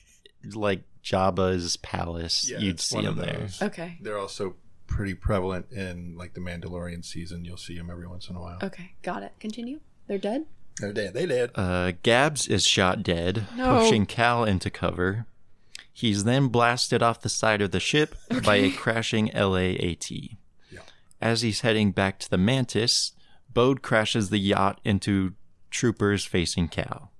I: like Jabba's palace.
H: Yeah,
I: You'd
H: it's
I: see
H: one of
I: them there.
H: those.
J: Okay.
H: They're also pretty prevalent in like the Mandalorian season. You'll see them every once in a while.
J: Okay, got it. Continue. Oh, They're dead.
H: They're dead. They dead.
I: Uh, Gabs is shot dead,
J: No.
I: pushing Cal into cover. He's then blasted off the side of the ship by a crashing LAAT. As he's heading back to the Mantis, Bode crashes the yacht into troopers facing Cal.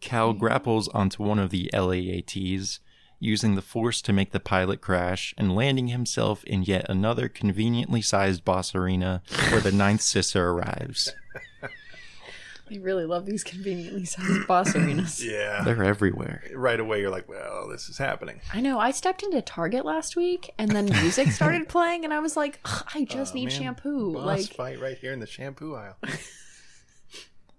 I: Cal grapples onto one of the LAATs, using the force to make the pilot crash and landing himself in yet another conveniently sized boss arena where the ninth sister arrives.
J: I really love these conveniently sized boss arenas.
H: Yeah.
I: They're everywhere.
H: Right away, you're like, well, this is happening.
J: I know. I stepped into Target last week, and then music started playing, and I was like, "Ugh, I just need shampoo.
H: Oh, Boss
J: like,
H: fight right here in the shampoo aisle.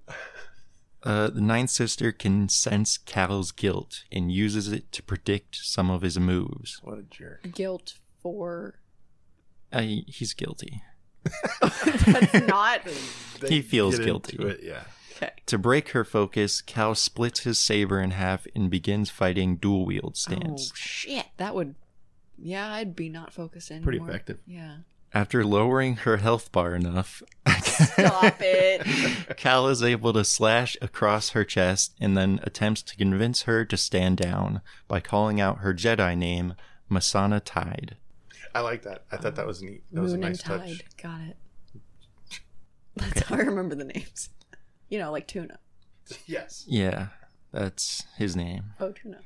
I: Uh, the Ninth Sister can sense Cal's guilt and uses it to predict some of his moves.
H: What a jerk.
J: guilt for oh,
I: Uh, he's guilty.
J: that's not.
I: he feels
H: get
I: guilty.
H: into it, yeah.
J: Okay.
I: To break her focus, Cal splits his saber in half and begins fighting dual wield
J: Oh
I: stance.
J: shit! That would. Yeah, I'd be not focused anymore.
I: Pretty effective.
J: Yeah.
I: After lowering her health bar enough,
J: Stop it.
I: Cal is able to slash across her chest and then attempts to convince her to stand down by calling out her Jedi name, Masana Tide.
H: I like that. I thought that was neat. That was a
J: Moon
H: nice
J: and
H: touch.
J: Tide. Got it. That's how I remember the names. You know, like tuna.
H: Yes.
I: Yeah, that's his name.
J: Oh, tuna.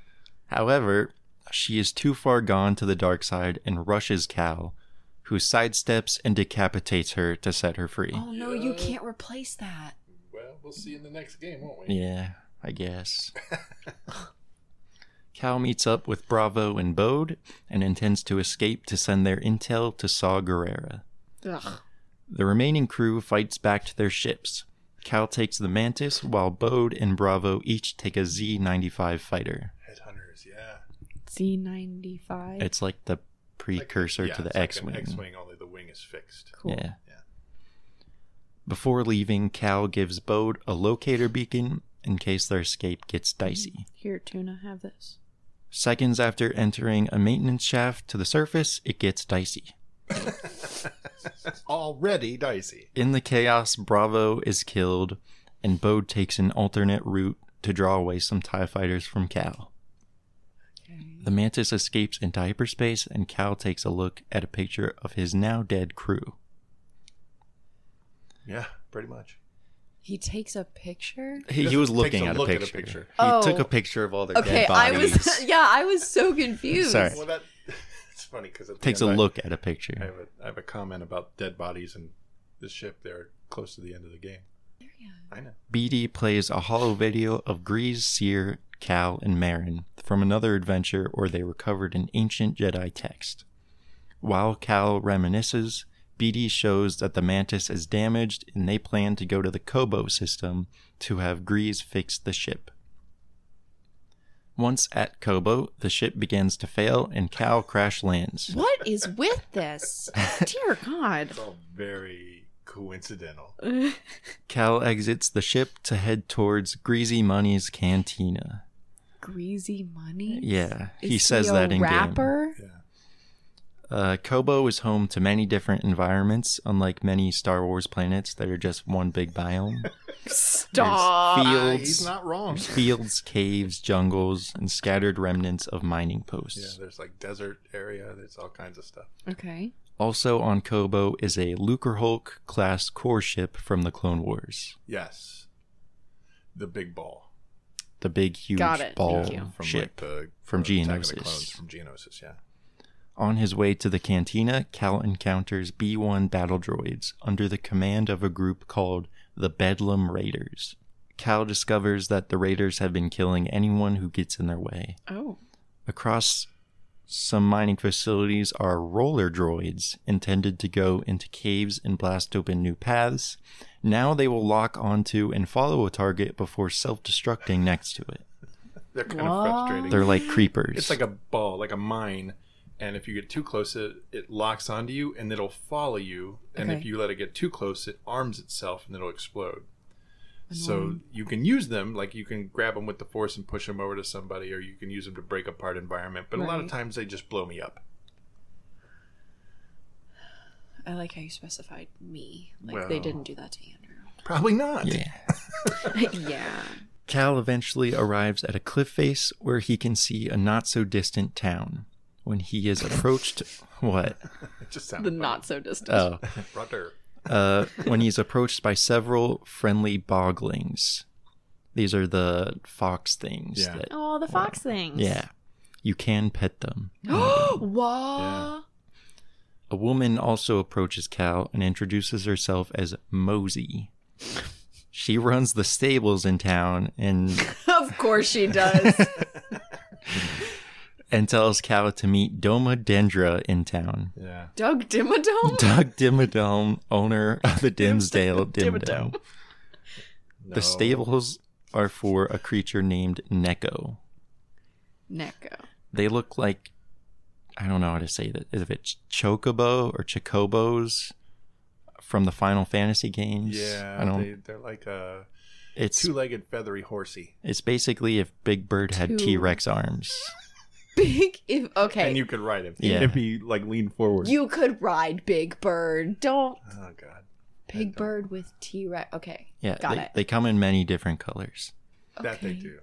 I: However, she is too far gone to the dark side and rushes Cal, who sidesteps and decapitates her to set her free.
J: Oh no, you can't replace that.
H: Well, we'll see in the next game, won't we?
I: Yeah, I guess. Cal meets up with Bravo and Bode and intends to escape to send their intel to Saw Gerrera.
J: Ugh.
I: The remaining crew fights back to their ships. Cal takes the Mantis, while Bode and Bravo each take a Z 95 fighter.
H: Headhunters, yeah.
J: Z ninety five.
I: It's like the precursor
H: yeah,
I: to
H: it's
I: the
H: like an
I: X Wing.
H: X-wing, only the wing is fixed.
I: Yeah. Before leaving, Cal gives Bode a locator beacon in case their escape gets dicey.
J: Here, tuna, have this.
I: Seconds after entering a maintenance shaft to the surface, it gets dicey.
H: Already dicey.
I: In the chaos, Bravo is killed, and Bode takes an alternate route to draw away some TIE fighters from Cal. The Mantis escapes into hyperspace, and Cal takes a look at a picture of his now dead crew.
H: Yeah, pretty much.
J: He takes a picture.
I: He,
H: Just
I: he was
H: takes
I: looking
H: a
I: at,
H: look
I: a
H: at a
I: picture.
H: picture.
I: He
J: Oh.
I: took a picture of all their
J: Okay,
I: dead
J: I
I: bodies.
J: was. Yeah, I was so confused.
I: Sorry.
H: Well, that it's funny because it
I: Takes a look at a picture.
H: I have a, I have a comment about dead bodies and the ship there close to the end of the game. I know.
I: BD plays a hollow video of Grease, Seer, Cal, and Marin from another adventure where they recovered an ancient Jedi text. While Cal reminisces, BD shows that the Mantis is damaged and they plan to go to the Kobo system to have Grease fix the ship. Once at Kobo, the ship begins to fail and Cal crash lands.
J: What is with this? Dear God.
H: It's all very coincidental.
I: Cal exits the ship to head towards Greasy Money's cantina.
J: Greasy money.
I: Yeah,
J: Is
I: he says
J: a
I: that in game.
J: rapper?
I: Uh, Kobo is home to many different environments, unlike many Star Wars planets that are just one big biome.
J: Stop.
I: Fields,
H: he's not wrong.
I: there's Fields, caves, jungles, and scattered remnants of mining posts.
H: Yeah, there's like desert area. There's all kinds of stuff.
J: Okay.
I: Also on Kobo is a Lucre Hulk class core ship from the Clone Wars,
H: Yes, the big ball
I: the big, huge
J: Got it. Thank
I: ball
J: you.
H: from
I: ship
H: like the
I: from
H: uh, Attack of the Clones,
I: Geonosis.
H: from Geonosis. Yeah,
I: On his way to the cantina, Cal encounters B 1 battle droids under the command of a group called the Bedlam Raiders. Cal discovers that the raiders have been killing anyone who gets in their way.
J: Oh.
I: Across some mining facilities are roller droids intended to go into caves and blast open new paths. Now they will lock onto and follow a target before self destructing next to it.
H: They're kind of frustrating.
I: They're like creepers.
H: It's like a ball, like a mine. And if you get too close, it, it locks onto you and it'll follow you. And if
J: Okay.
H: you let it get too close, it arms itself and it'll explode. So
J: Annoying.
H: you can use them, like you can grab them with the force and push them over to somebody, or you can use them to break apart environment. But a lot of
J: Right.
H: times they just blow me up.
J: I like how you specified me. Like
I: Well.
J: they didn't do that to Andrew.
H: Probably not.
I: Yeah.
J: yeah.
I: Cal eventually arrives at a cliff face where he can see a not so distant town. When he is approached, what?
H: It just
J: The not so distant.
I: Oh.
H: Rudder.
I: Uh, when he's approached by several friendly boglings. These are the fox things.
J: Yeah.
I: that-
J: Oh, the fox things.
I: Yeah. You can pet them. Mm-hmm.
J: Wah.
I: A woman also approaches Cal and introduces herself as Mosey. She runs the stables in town and
J: of course she does.
I: and tells Cal to meet Domodendra in town.
H: Yeah.
J: Doug Dimmadome?
I: Doug Dimmadome, owner of the Dimsdale Dimmadome.
H: No.
I: The stables are for a creature named Neko.
J: Neko.
I: They look like I don't know how to say that. If it's chocobo or chocobos from the Final Fantasy games.
H: Yeah.
I: I don't
H: They, they're like a
I: It's-
H: two-legged feathery horsey.
I: It's basically if Big Bird had
J: Two.
I: T Rex arms.
J: Big if okay.
H: And
J: you,
H: you could ride him.
I: Yeah.
H: If he like leaned forward.
J: could ride Big Bird. Don't
H: Oh God. uh,
J: Big Bird with T Rex. Okay.
I: Yeah,
J: Got
I: they,
J: it.
I: they come in many different colors.
H: That they do.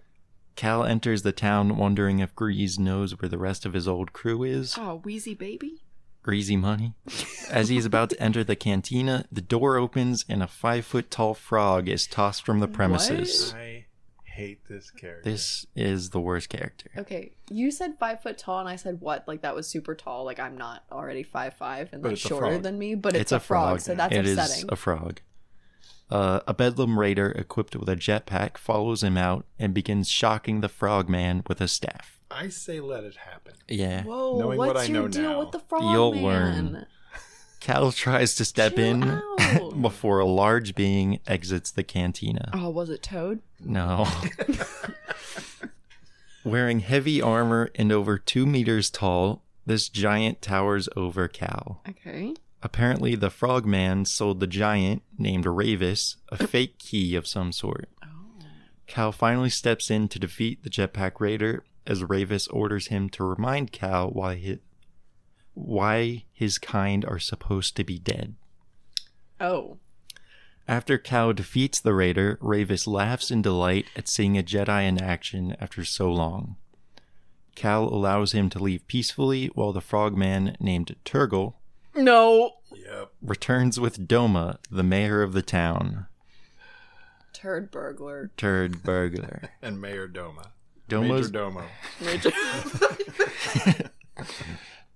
I: Cal enters the town wondering if Grease knows where the rest of his old crew is.
J: Oh, Wheezy Baby?
I: Greasy money. As he's about to enter the cantina, the door opens and a five foot tall frog is tossed from the premises.
H: I hate this character.
I: This is the worst character.
J: Okay. You said five foot tall and I said what? Like that was super tall. Like I'm not already five five and
I: But
J: like
I: it's a
J: shorter
I: frog.
J: than me, but it's, a, frog, so that's
I: It is
J: upsetting.
I: a frog. Uh, a bedlam raider equipped with a jetpack follows him out and begins shocking the frogman with a staff.
H: I say let it happen.
I: Yeah.
J: Whoa,
H: Knowing
J: what's
H: what I
J: your
H: know
J: deal
H: now.
J: with the frog
I: You'll
J: man?
I: learn. Cal tries to step in before a large being exits the cantina.
J: Oh, was it Toad?
I: No. Wearing heavy armor and over two meters tall, this giant towers over Cal.
J: Okay.
I: Apparently, the frogman sold the giant, named Ravis, a fake key of some sort. Cal finally steps in to defeat the jetpack raider as Ravis orders him to remind Cal why his, why his kind are supposed to be dead.
J: Oh.
I: After Cal defeats the raider, Ravis laughs in delight at seeing a Jedi in action after so long. Cal allows him to leave peacefully while the frogman named Turgle
J: No.
I: returns with Doma, the mayor of the town.
J: Turd burglar.
I: Turd burglar.
H: And Mayor Doma.
I: Doma's-
H: Major Domo.
J: Major-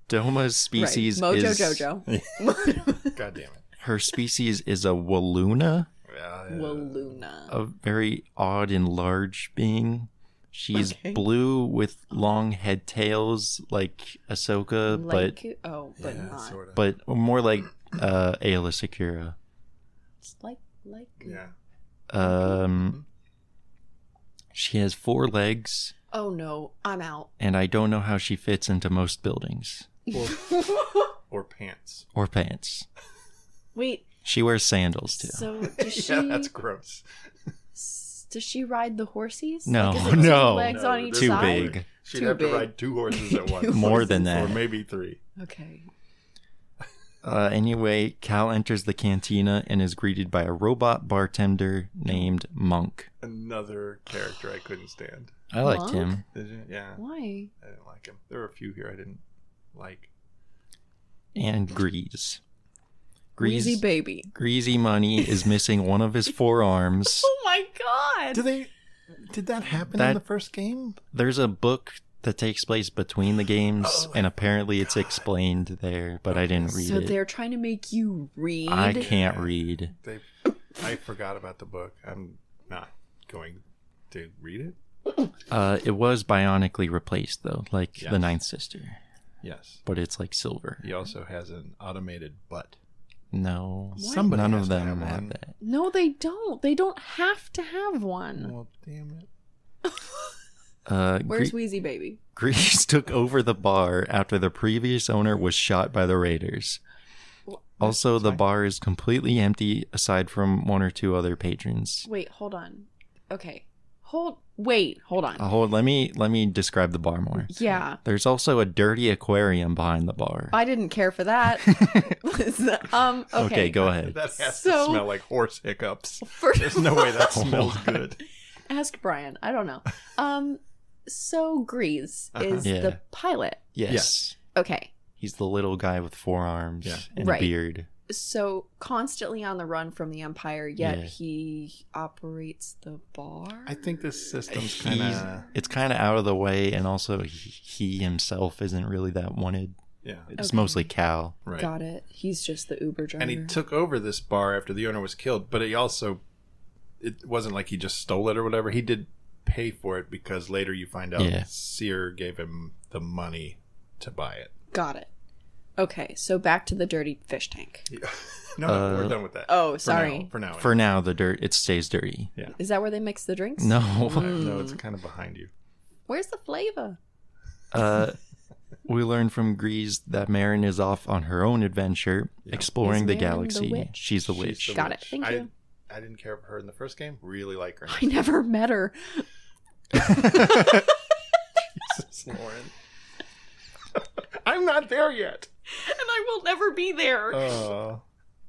I: Doma's species
J: right. Mojo
I: is
J: Jojo.
H: God damn it.
I: her species is a Waluna,
J: Waluna.
I: a very odd and large being. She's
J: Okay.
I: blue with long head tails like Ahsoka, Uh, but
J: Like, oh, but not.
I: but more like uh Ayla Secura.
J: It's like, like.
H: Yeah.
I: Um she has four legs
J: Oh no, I'm out.
I: and I don't know how she fits into most buildings
H: Or pants.
I: or pants.
J: Wait,
I: She wears sandals too.
J: so does she?
H: yeah, that's gross.
J: Does she ride the horses?
I: No,
J: Like, is it
I: Oh, no.
J: Two legs on
I: No,
J: each
I: too
J: side?
I: big.
H: She'd
J: Too
H: have
J: big.
H: to ride two horses at once.
I: More than that.
H: Or maybe three.
J: Okay.
I: Uh, anyway, Cal enters the cantina and is greeted by a robot bartender named Monk.
H: Another character I couldn't stand.
I: I liked
J: Monk?
I: him.
H: Did you? Yeah.
J: Why?
H: I didn't like him. There were a few here I didn't like.
I: And Grease. Grease-
J: Greasy baby.
I: Greasy Money is missing one of his forearms.
J: Oh my god.
H: Do they? Did that happen
I: That-
H: in the first game?
I: There's a book that takes place between the games,
H: Oh
I: and apparently it's explained there, but I didn't read
J: so
I: it.
J: they're trying to make you read.
I: I can't read.
H: They. I forgot about the book. I'm not. going to read it?
I: Uh, it was bionically replaced though, like the
H: Yes.
I: Ninth Sister.
H: Yes.
I: but it's like silver.
H: He also has an automated butt.
I: No,
J: What?
H: Somebody
I: none
H: has
I: of
H: to
I: them
H: have
I: have,
H: one.
I: that.
J: No, they don't. They don't have to have one.
H: Well, damn it.
I: Uh,
J: Where's
I: Gre-
J: Wheezy Baby?
I: Grease took over the bar after the previous owner was shot by the Raiders. Also, the bar is completely empty aside from one or two other patrons.
J: Wait, hold on. Okay. Hold. Wait, hold on.
I: Uh, hold, let me let me describe the bar more.
J: Yeah.
I: There's also a dirty aquarium behind the bar.
J: I didn't care for that. um, okay.
I: Okay, go ahead.
H: That has
J: So-
H: to smell like horse hiccups.
J: First
H: There's no way that
I: of all-
H: smells good.
J: Ask Brian. I don't know. Um, so Grease
I: Uh-huh.
J: is
I: Yeah.
J: the pilot.
I: Yes.
J: Okay.
I: He's the little guy with four arms and
J: Right.
I: a beard.
J: So constantly on the run from the Empire, yet
I: Yeah.
J: he operates the bar.
H: I think this system's
I: He's-
H: kind of.
I: it's kind of out of the way, and also he, he himself isn't really that wanted.
H: Yeah.
I: It's
J: Okay.
I: mostly Cal.
H: Right.
J: Got it. He's just the Uber driver.
H: And he took over this bar after the owner was killed, but he also. It wasn't like he just stole it or whatever. He did pay for it because later you find out
I: Yeah.
H: Sear gave him the money to buy it.
J: Got it. Okay, so back to the dirty fish tank.
H: No,
I: Uh,
H: no, we're done with that.
J: Oh,
H: For
J: sorry.
H: now- For now. anyway.
I: For now, the dirt it stays dirty.
H: Yeah.
J: Is that where they mix the drinks?
I: No.
H: No,
J: Mm.
H: it's kind of behind you.
J: Where's the flavor?
I: Uh, we learn from Grease that Marin is off on her own adventure, exploring
J: Is
I: the
J: Marin the
I: galaxy.
J: witch?
I: She's the witch.
J: Got it. Thank
H: I,
J: you.
H: I didn't care for her in the first game. Really like her.
J: I never met her.
H: Jesus, Lauren. I'm not there yet.
J: And I will never be there.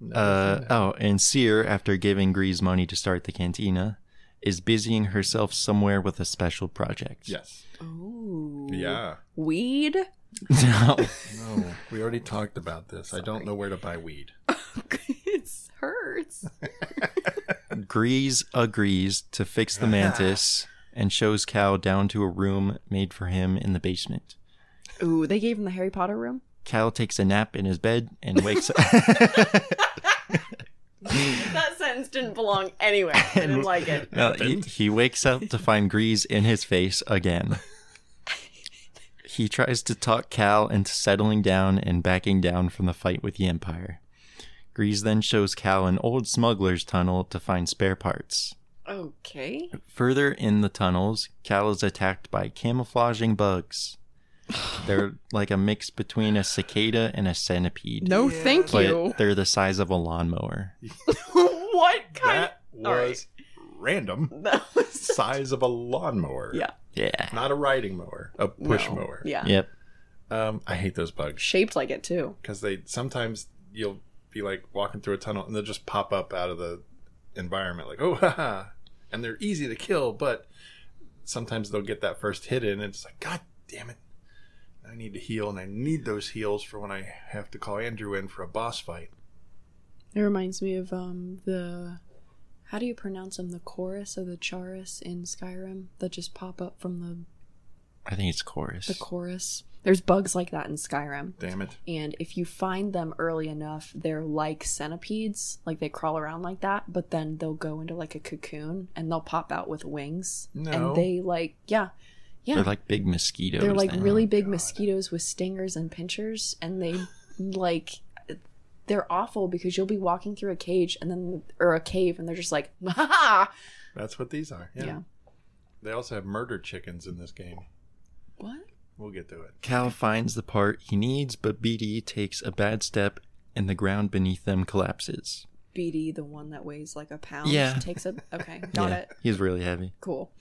H: Oh.
I: Uh, oh, and Seer, after giving Grease money to start the cantina, is busying herself somewhere with a special project.
H: Yes.
J: Ooh.
H: Yeah.
J: Oh. Weed?
I: No.
H: No, we already talked about this. I don't know where to buy weed.
J: it hurts.
I: Grease agrees to fix the mantis and shows Cal down to a room made for him in the basement.
J: Ooh, they gave him the Harry Potter room?
I: Cal takes a nap in his bed and wakes up.
J: That sentence didn't belong anywhere. I didn't like it.
I: No, he, he wakes up to find Grease in his face again. He tries to talk Cal into settling down and backing down from the fight with the Empire. Grease then shows Cal an old smuggler's tunnel to find spare parts.
J: Okay.
I: Further in the tunnels, Cal is attacked by camouflaging bugs. They're like a mix between a cicada and a centipede.
J: No, thank
I: but
J: you.
I: They're the size of a lawnmower.
J: what kind
H: That was random.
J: That was
H: size of a lawnmower.
J: Yeah.
I: Yeah.
H: Not a riding mower, a push mower.
J: Yeah.
I: Yep.
H: Um, I hate those bugs
J: Shaped like it, too.
H: because they sometimes you'll be like walking through a tunnel and they'll just pop up out of the environment like oh haha and they're easy to kill but sometimes they'll get that first hit in and it's like god damn it I need to heal and I need those heals for when I have to call Andrew in for a boss fight.
J: It reminds me of um the how do you pronounce them? The chorus or the charis in Skyrim that just pop up from the
I: I think it's chorus.
J: the chorus. There's bugs like that in Skyrim.
H: Damn it.
J: And if you find them early enough, they're like centipedes, like they crawl around like that, but then they'll go into like a cocoon and they'll pop out with wings.
H: No.
J: And they like yeah. Yeah.
I: They're like big mosquitoes.
J: They're like
I: then.
J: really big mosquitoes with stingers and pinchers, and they like they're awful because you'll be walking through a cage and then or a cave, and they're just like, "Ha ha
H: That's what these are. Yeah.
J: Yeah.
H: They also have murder chickens in this game.
J: What?
H: We'll get to it.
I: Cal finds the part he needs, but BD takes a bad step and the ground beneath them collapses.
J: BD, the one that weighs like a pound,
I: Yeah.
J: takes it. Okay, got
I: Yeah,
J: it.
I: He's really heavy.
J: Cool.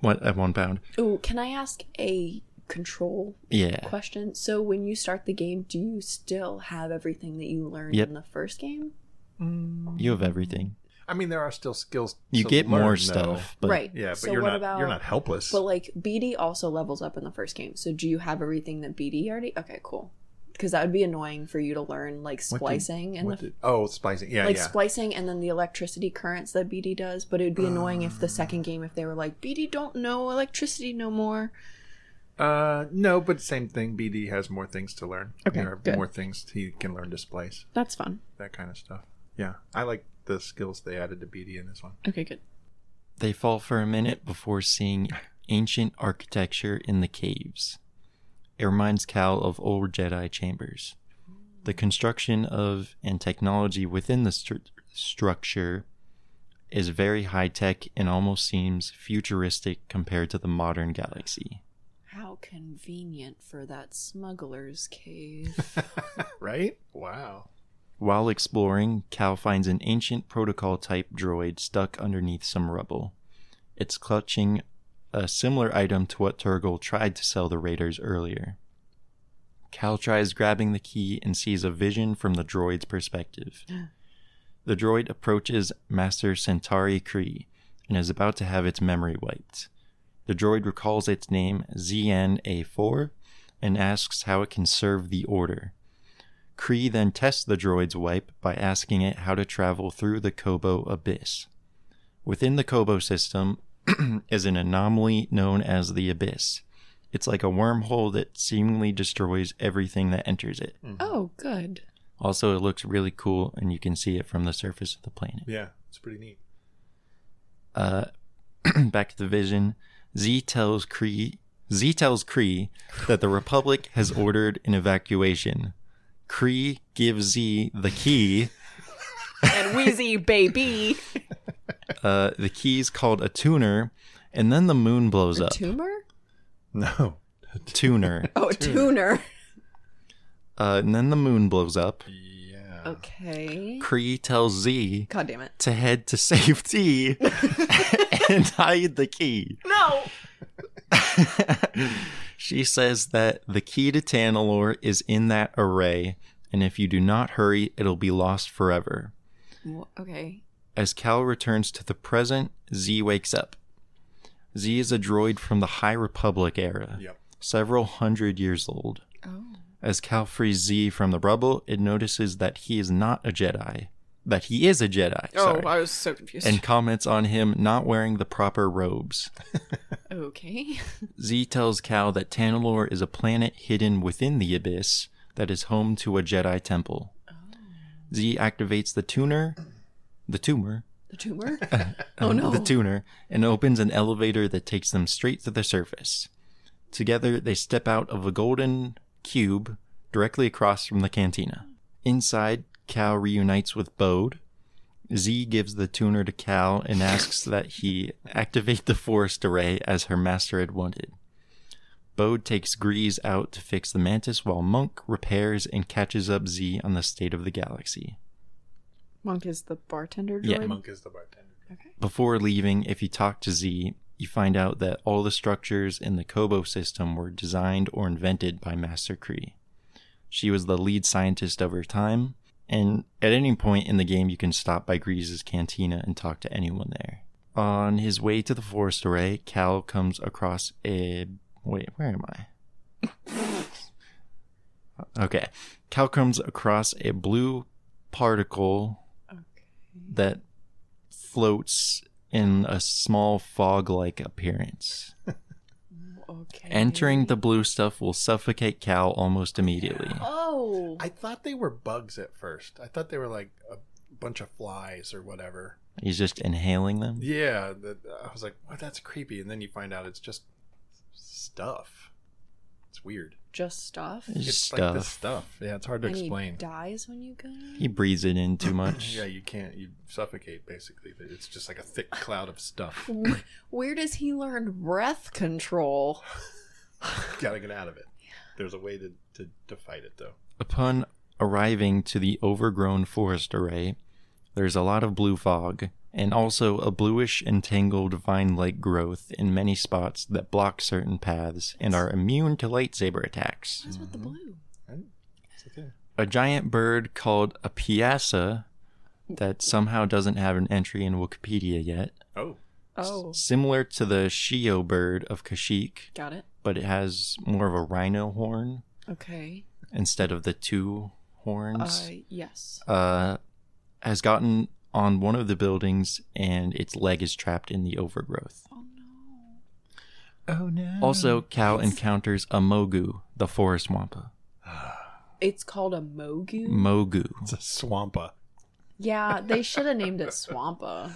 I: What at one pound?
J: Ooh, can I ask a control
I: Yeah.
J: question? So when you start the game, do you still have everything that you learned
I: Yep.
J: in the first game?
I: You have everything.
H: I mean, there are still skills.
I: You
H: to
I: get
H: learn,
I: more
H: though.
I: stuff, but
J: right.
H: Yeah, but
J: So
H: you're
J: what
H: not
J: about-
H: you're not helpless.
J: But like BD also levels up in the first game. So do you have everything that BD already? Okay, cool. Because that would be annoying for you to learn like
H: What did-
J: splicing and
H: what
J: the,
H: did- oh splicing yeah
J: like
H: yeah
J: splicing and then the electricity currents that BD does. But it would be annoying if
H: Uh.
J: the second game if they were like BD don't know electricity no more.
H: uh no but same thing bd has more things to learn
J: Okay,
H: there are
J: good.
H: more things he can learn to splice
J: That's fun.
H: that kind of stuff yeah i like the skills they added to bd in this one
J: Okay, good.
I: They fall for a minute before seeing ancient architecture in the caves. It reminds Cal of old Jedi chambers. The construction of and technology within the stru- structure is very high tech and almost seems futuristic compared to the modern galaxy.
J: How convenient for that smuggler's cave.
H: right? Wow.
I: While exploring, Cal finds an ancient protocol type droid stuck underneath some rubble. It's clutching a similar item to what Turgle tried to sell the raiders earlier. Cal tries grabbing the key and sees a vision from the droid's perspective. The droid approaches Master Centauri Kree and is about to have its memory wiped. The droid recalls its name ZNA4 and asks how it can serve the Order. Kree then tests the droid's wipe by asking it how to travel through the Kobo Abyss. Within the Kobo system is an anomaly known as the Abyss. It's like a wormhole that seemingly destroys everything that enters it.
H: Hmm.
J: oh, good.
I: Also, it looks really cool, and you can see it from the surface of the planet.
H: Yeah, it's pretty neat.
I: Uh, back to the vision. Z tells Kree. Z tells Kree that the Republic has ordered an evacuation. Kree gives Z the key.
J: And Wheezy baby.
I: Uh, the key's called a tuner, and then the moon blows
J: A
I: up.
J: tumor?
H: No,
I: tuner.
J: Oh, a tuner.
I: Uh, and then the moon blows up.
J: Okay.
I: Kree tells Z
J: God damn it.
I: to head to safety and hide the key.
J: No.
I: She says that the key to Tantalor is in that array, and if you do not hurry, it'll be lost forever.
J: Wha- Okay.
I: As Cal returns to the present, Z wakes up. Z is a droid from the High Republic era, several hundred years old. As Cal frees Z from the rubble, it notices that he is not a Jedi, that he is a Jedi.
H: Oh,
I: sorry,
J: Oh, I was so confused.
I: and comments on him not wearing the proper robes.
J: okay.
I: Z tells Cal that Tantalor is a planet hidden within the abyss that is home to a Jedi temple. Z activates the tuner, the tumor,
J: The tumor?
I: uh,
J: oh no.
I: the tuner, and opens an elevator that takes them straight to the surface. Together, they step out of a golden cube directly across from the cantina. Inside, Cal reunites with Bode. Z gives the tuner to Cal and asks that he activate the forest array as her master had wanted. Bode takes Grease out to fix the mantis while Monk repairs and catches up Z on the state of the galaxy.
J: Monk is the bartender droid?
I: Yeah,
H: Monk is the bartender.
I: Before leaving, if you talk to Z, you find out that all the structures in the Kobo system were designed or invented by Master Kree. She was the lead scientist of her time, and at any point in the game, you can stop by Grease's cantina and talk to anyone there. On his way to the forest array, Cal comes across a. Wait, where am I? Okay. Cal comes across a blue particle that floats in a small fog like appearance.
J: okay.
I: Entering the blue stuff will suffocate Cal almost immediately.
J: Oh.
H: I thought they were bugs at first. I thought they were like a bunch of flies or whatever.
I: He's just inhaling them.
H: Yeah, that, I was like, "Well, that's creepy," and then you find out it's just stuff. It's weird.
J: Just stuff?
I: It's
H: It's like this
I: stuff.
H: stuff. Yeah, it's hard to
J: And he
H: explain.
J: dies when you go?
I: He breathes it in too much.
H: yeah, you can't. You suffocate basically. It's just like a thick cloud of stuff.
J: Wh- Where does he learn breath control?
H: Gotta get out of it. There's a way to, to, to fight it though.
I: Upon arriving to the overgrown forest array, there's a lot of blue fog and also a bluish entangled vine like growth in many spots that block certain paths and are immune to lightsaber attacks.
J: What's with the blue?
I: a giant bird called a piazza that somehow doesn't have an entry in Wikipedia yet.
H: Oh.
J: Oh.
I: Similar to the Shio bird of Kashyyyk,
J: Got it.
I: but it has more of a rhino horn
J: Okay.
I: instead of the two horns.
J: Uh, yes.
I: Uh, has gotten on one of the buildings and its leg is trapped in the overgrowth.
H: Oh no.
I: Also, Cal encounters a mogu, the forest wampa.
J: It's called a Mogu?
I: Mogu. It's
H: a swampa.
J: yeah, they should have named it Swampa.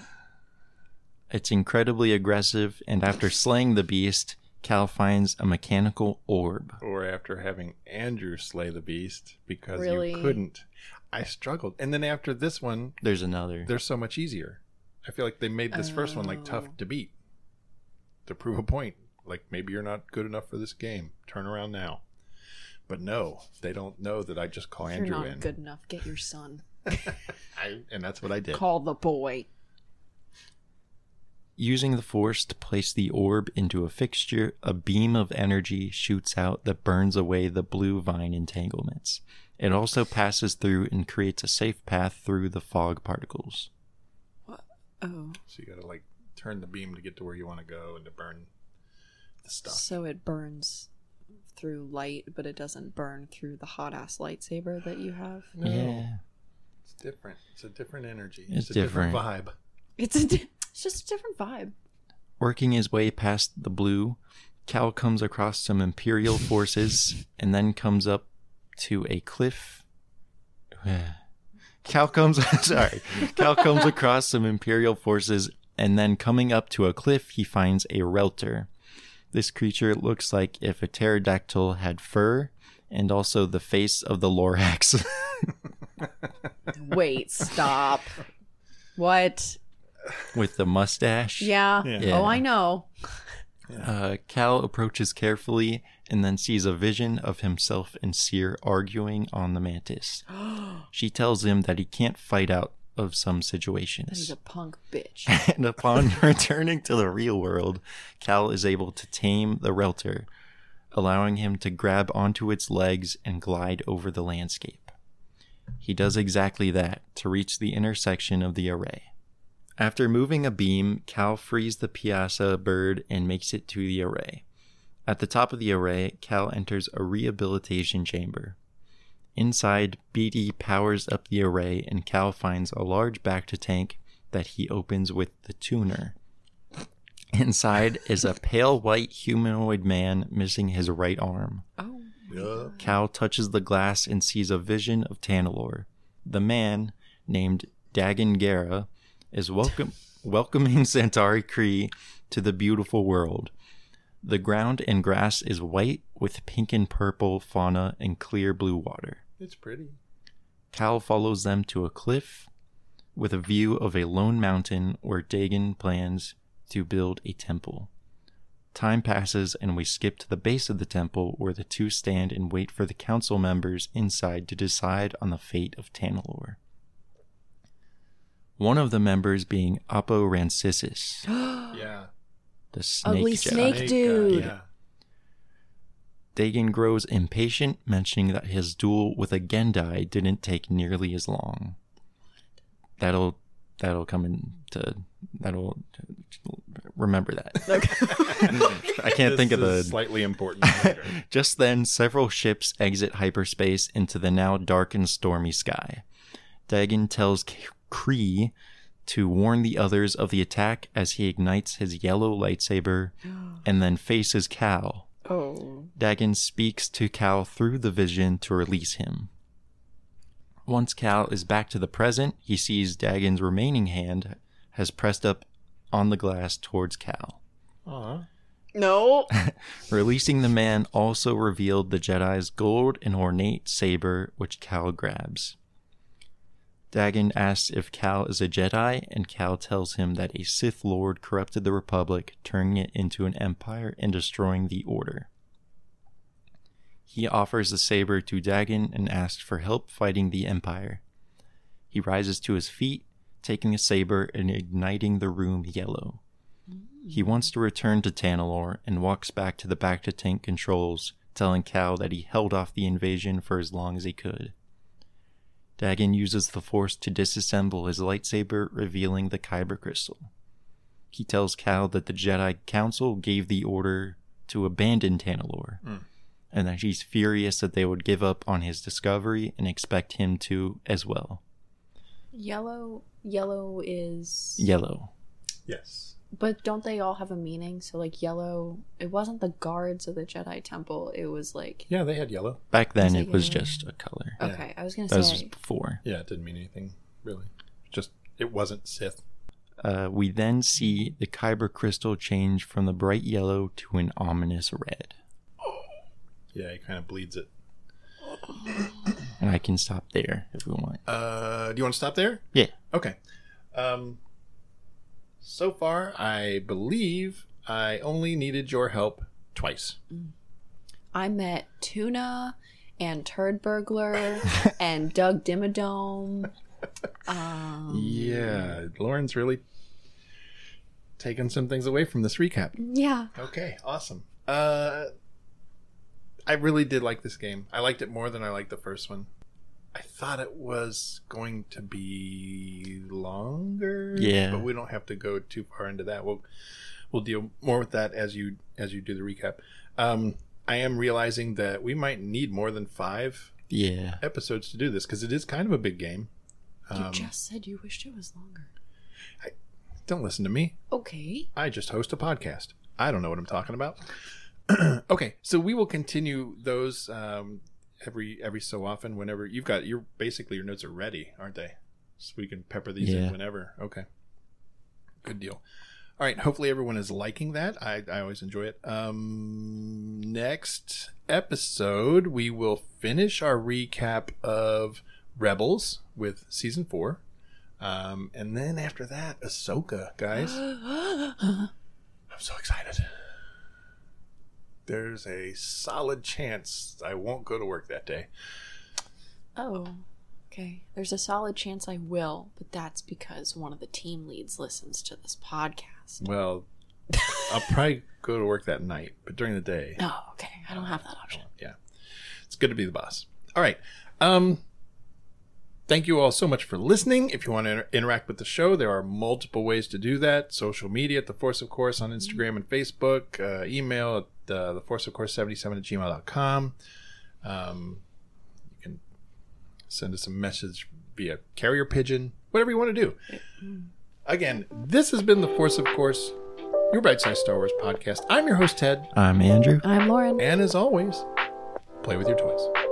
I: It's incredibly aggressive, and after slaying the beast, Cal finds a mechanical orb.
H: Or after having Andrew slay the beast because
J: Really?
H: you couldn't. I struggled. And then after this one,
I: There's another.
H: they're so much easier. I feel like they made this first one like
J: Oh.
H: tough to beat to prove a point. Like maybe you're not good enough for this game. Turn around now. But no, they don't know that I just call
J: If
H: Oh, Andrew
J: You're not
H: in.
J: good enough. Get your son.
H: I, and that's what I did.
J: Call the boy.
I: Using the force to place the orb into a fixture, a beam of energy shoots out that burns away the blue vine entanglements. It also passes through and creates a safe path through the fog particles.
J: Oh,
H: So you got to like turn the beam to get to where you want to go and to burn the stuff.
J: so it burns through light, but it doesn't burn through the hot ass lightsaber that you have.
H: No.
I: Yeah.
H: It's different. It's a different energy.
I: It's
H: a different,
I: different.
H: vibe.
J: It's a, di- it's just a different vibe.
I: Working his way past the blue, Cal comes across some Imperial forces and then comes up to a cliff. Cal comes sorry. Cal comes across some Imperial forces and then coming up to a cliff he finds a relter. This creature looks like if a pterodactyl had fur and also the face of the Lorax.
J: Wait, stop. what?
I: with the mustache.
J: Yeah. Oh, I know.
I: Uh, Cal approaches carefully and then sees a vision of himself and Seer arguing on the mantis. she tells him that he can't fight out of some
J: He's
I: situations.
J: a punk bitch.
I: and upon returning to the real world, Cal is able to tame the Relter, allowing him to grab onto its legs and glide over the landscape. He does exactly that to reach the intersection of the array. After moving a beam, Cal frees the Piazza bird and makes it to the array. At the top of the array, Cal enters a rehabilitation chamber. Inside, BD powers up the array and Cal finds a large Bacta tank that he opens with the tuner. Inside is a pale white humanoid man missing his right arm.
J: Oh.
I: Cal touches the glass and sees a vision of Tantalor. The man, named Dagon Gera, is welcome, welcoming Centauri Cree to the beautiful world. The ground and grass is white with pink and purple fauna and clear blue water.
H: It's pretty.
I: Cal follows them to a cliff with a view of a lone mountain where Dagon plans to build a temple. Time passes and we skip to the base of the temple where the two stand and wait for the council members inside to decide on the fate of Tantalor. One of the members being Apo Rancisis,
H: Yeah.
I: the snake
J: Ugly
I: Jedi.
J: snake
H: Snake, uh,
J: dude.
H: yeah.
I: Dagon grows impatient, mentioning that his duel with a Gendai didn't take nearly as long. That'll that'll come into that'll remember that. I can't
H: This
I: think of the
H: is slightly important. later.
I: Just then, several ships exit hyperspace into the now dark and stormy sky. Dagon tells K- Kree to warn the others of the attack as he ignites his yellow lightsaber and then faces Cal.
J: Oh.
I: Dagon speaks to Cal through the vision to release him. Once Cal is back to the present, he sees Dagon's remaining hand has pressed up on the glass towards Cal.
J: No.
I: Releasing the man also revealed the Jedi's gold and ornate saber, which Cal grabs. Dagon asks if Cal is a Jedi, and Cal tells him that a Sith Lord corrupted the Republic, turning it into an empire and destroying the Order. He offers the saber to Dagon and asks for help fighting the Empire. He rises to his feet, taking the saber and igniting the room yellow. He wants to return to Tantalor and walks back to the back to tank controls, telling Cal that he held off the invasion for as long as he could. Dagon uses the force to disassemble his lightsaber, revealing the Kyber crystal. He tells Cal that the Jedi Council gave the order to abandon Tantalor, and that he's furious that they would give up on his discovery and expect him to as well.
J: Yellow. Yellow is.
I: Yellow.
H: Yes.
J: But don't they all have a meaning? So like yellow. It wasn't the guards of the Jedi Temple. It was like.
H: Yeah, they had yellow.
I: Back then,
J: Is it
I: it was
J: yellow? Oh,
I: just a color.
J: Okay, I was gonna
I: that was
J: say-
I: before.
H: Yeah, it didn't mean anything really. Just it wasn't Sith.
I: Uh, we then see the Kyber crystal change from the bright yellow to an ominous red.
H: Yeah, he kind of bleeds it.
I: And I can stop there if we want.
H: Uh, do you want to stop there?
I: Yeah.
H: Okay. Um, so far, I believe I only needed your help twice.
J: I met Tuna and Turd Burglar and Doug Dimmadome. Um,
H: Yeah, Lauren's really taken some things away from this recap.
J: yeah.
H: Okay, awesome. Uh, I really did like this game. I liked it more than I liked the first one. I thought it was going to be longer.
I: Yeah.
H: but we don't have to go too far into that. We'll we'll deal more with that as you as you do the recap. Um, I am realizing that we might need more than five
I: Yeah.
H: episodes to do this because it is kind of a big game. Um,
J: you just said you wished it was longer.
H: Don't listen to me.
J: Okay.
H: I just host a podcast. I don't know what I'm talking about. okay, so we will continue those um, every every so often. Whenever you've got your basically your notes are ready, aren't they? So we can pepper these
I: Yeah.
H: in whenever. Okay, good deal. All right. Hopefully everyone is liking that. I, I always enjoy it. Um, next episode we will finish our recap of Rebels with season four, um, and then after that, Ahsoka, guys.
J: Oh,
H: I'm so excited. There's a solid chance I won't go to work that day.
J: Oh, okay. There's a solid chance I will, but that's because one of the team leads listens to this podcast.
H: Well, I'll probably go to work that night, but during the day,
J: Oh, okay. I don't have that option.
H: yeah. It's good to be the boss. All right. Um thank you all so much for listening. If you want to inter- interact with the show, there are multiple ways to do that. Social media at The Force of Course on Instagram and Facebook, uh, email at uh, the, the Force of Course 77 at gmail.com. Um, you can send us a message via carrier pigeon, whatever you want to do. Again, this has been The Force of Course, your Bright Side Star Wars podcast. I'm your host, Ted.
I: I'm Andrew.
J: I'm Lauren.
H: And as always, play with your toys.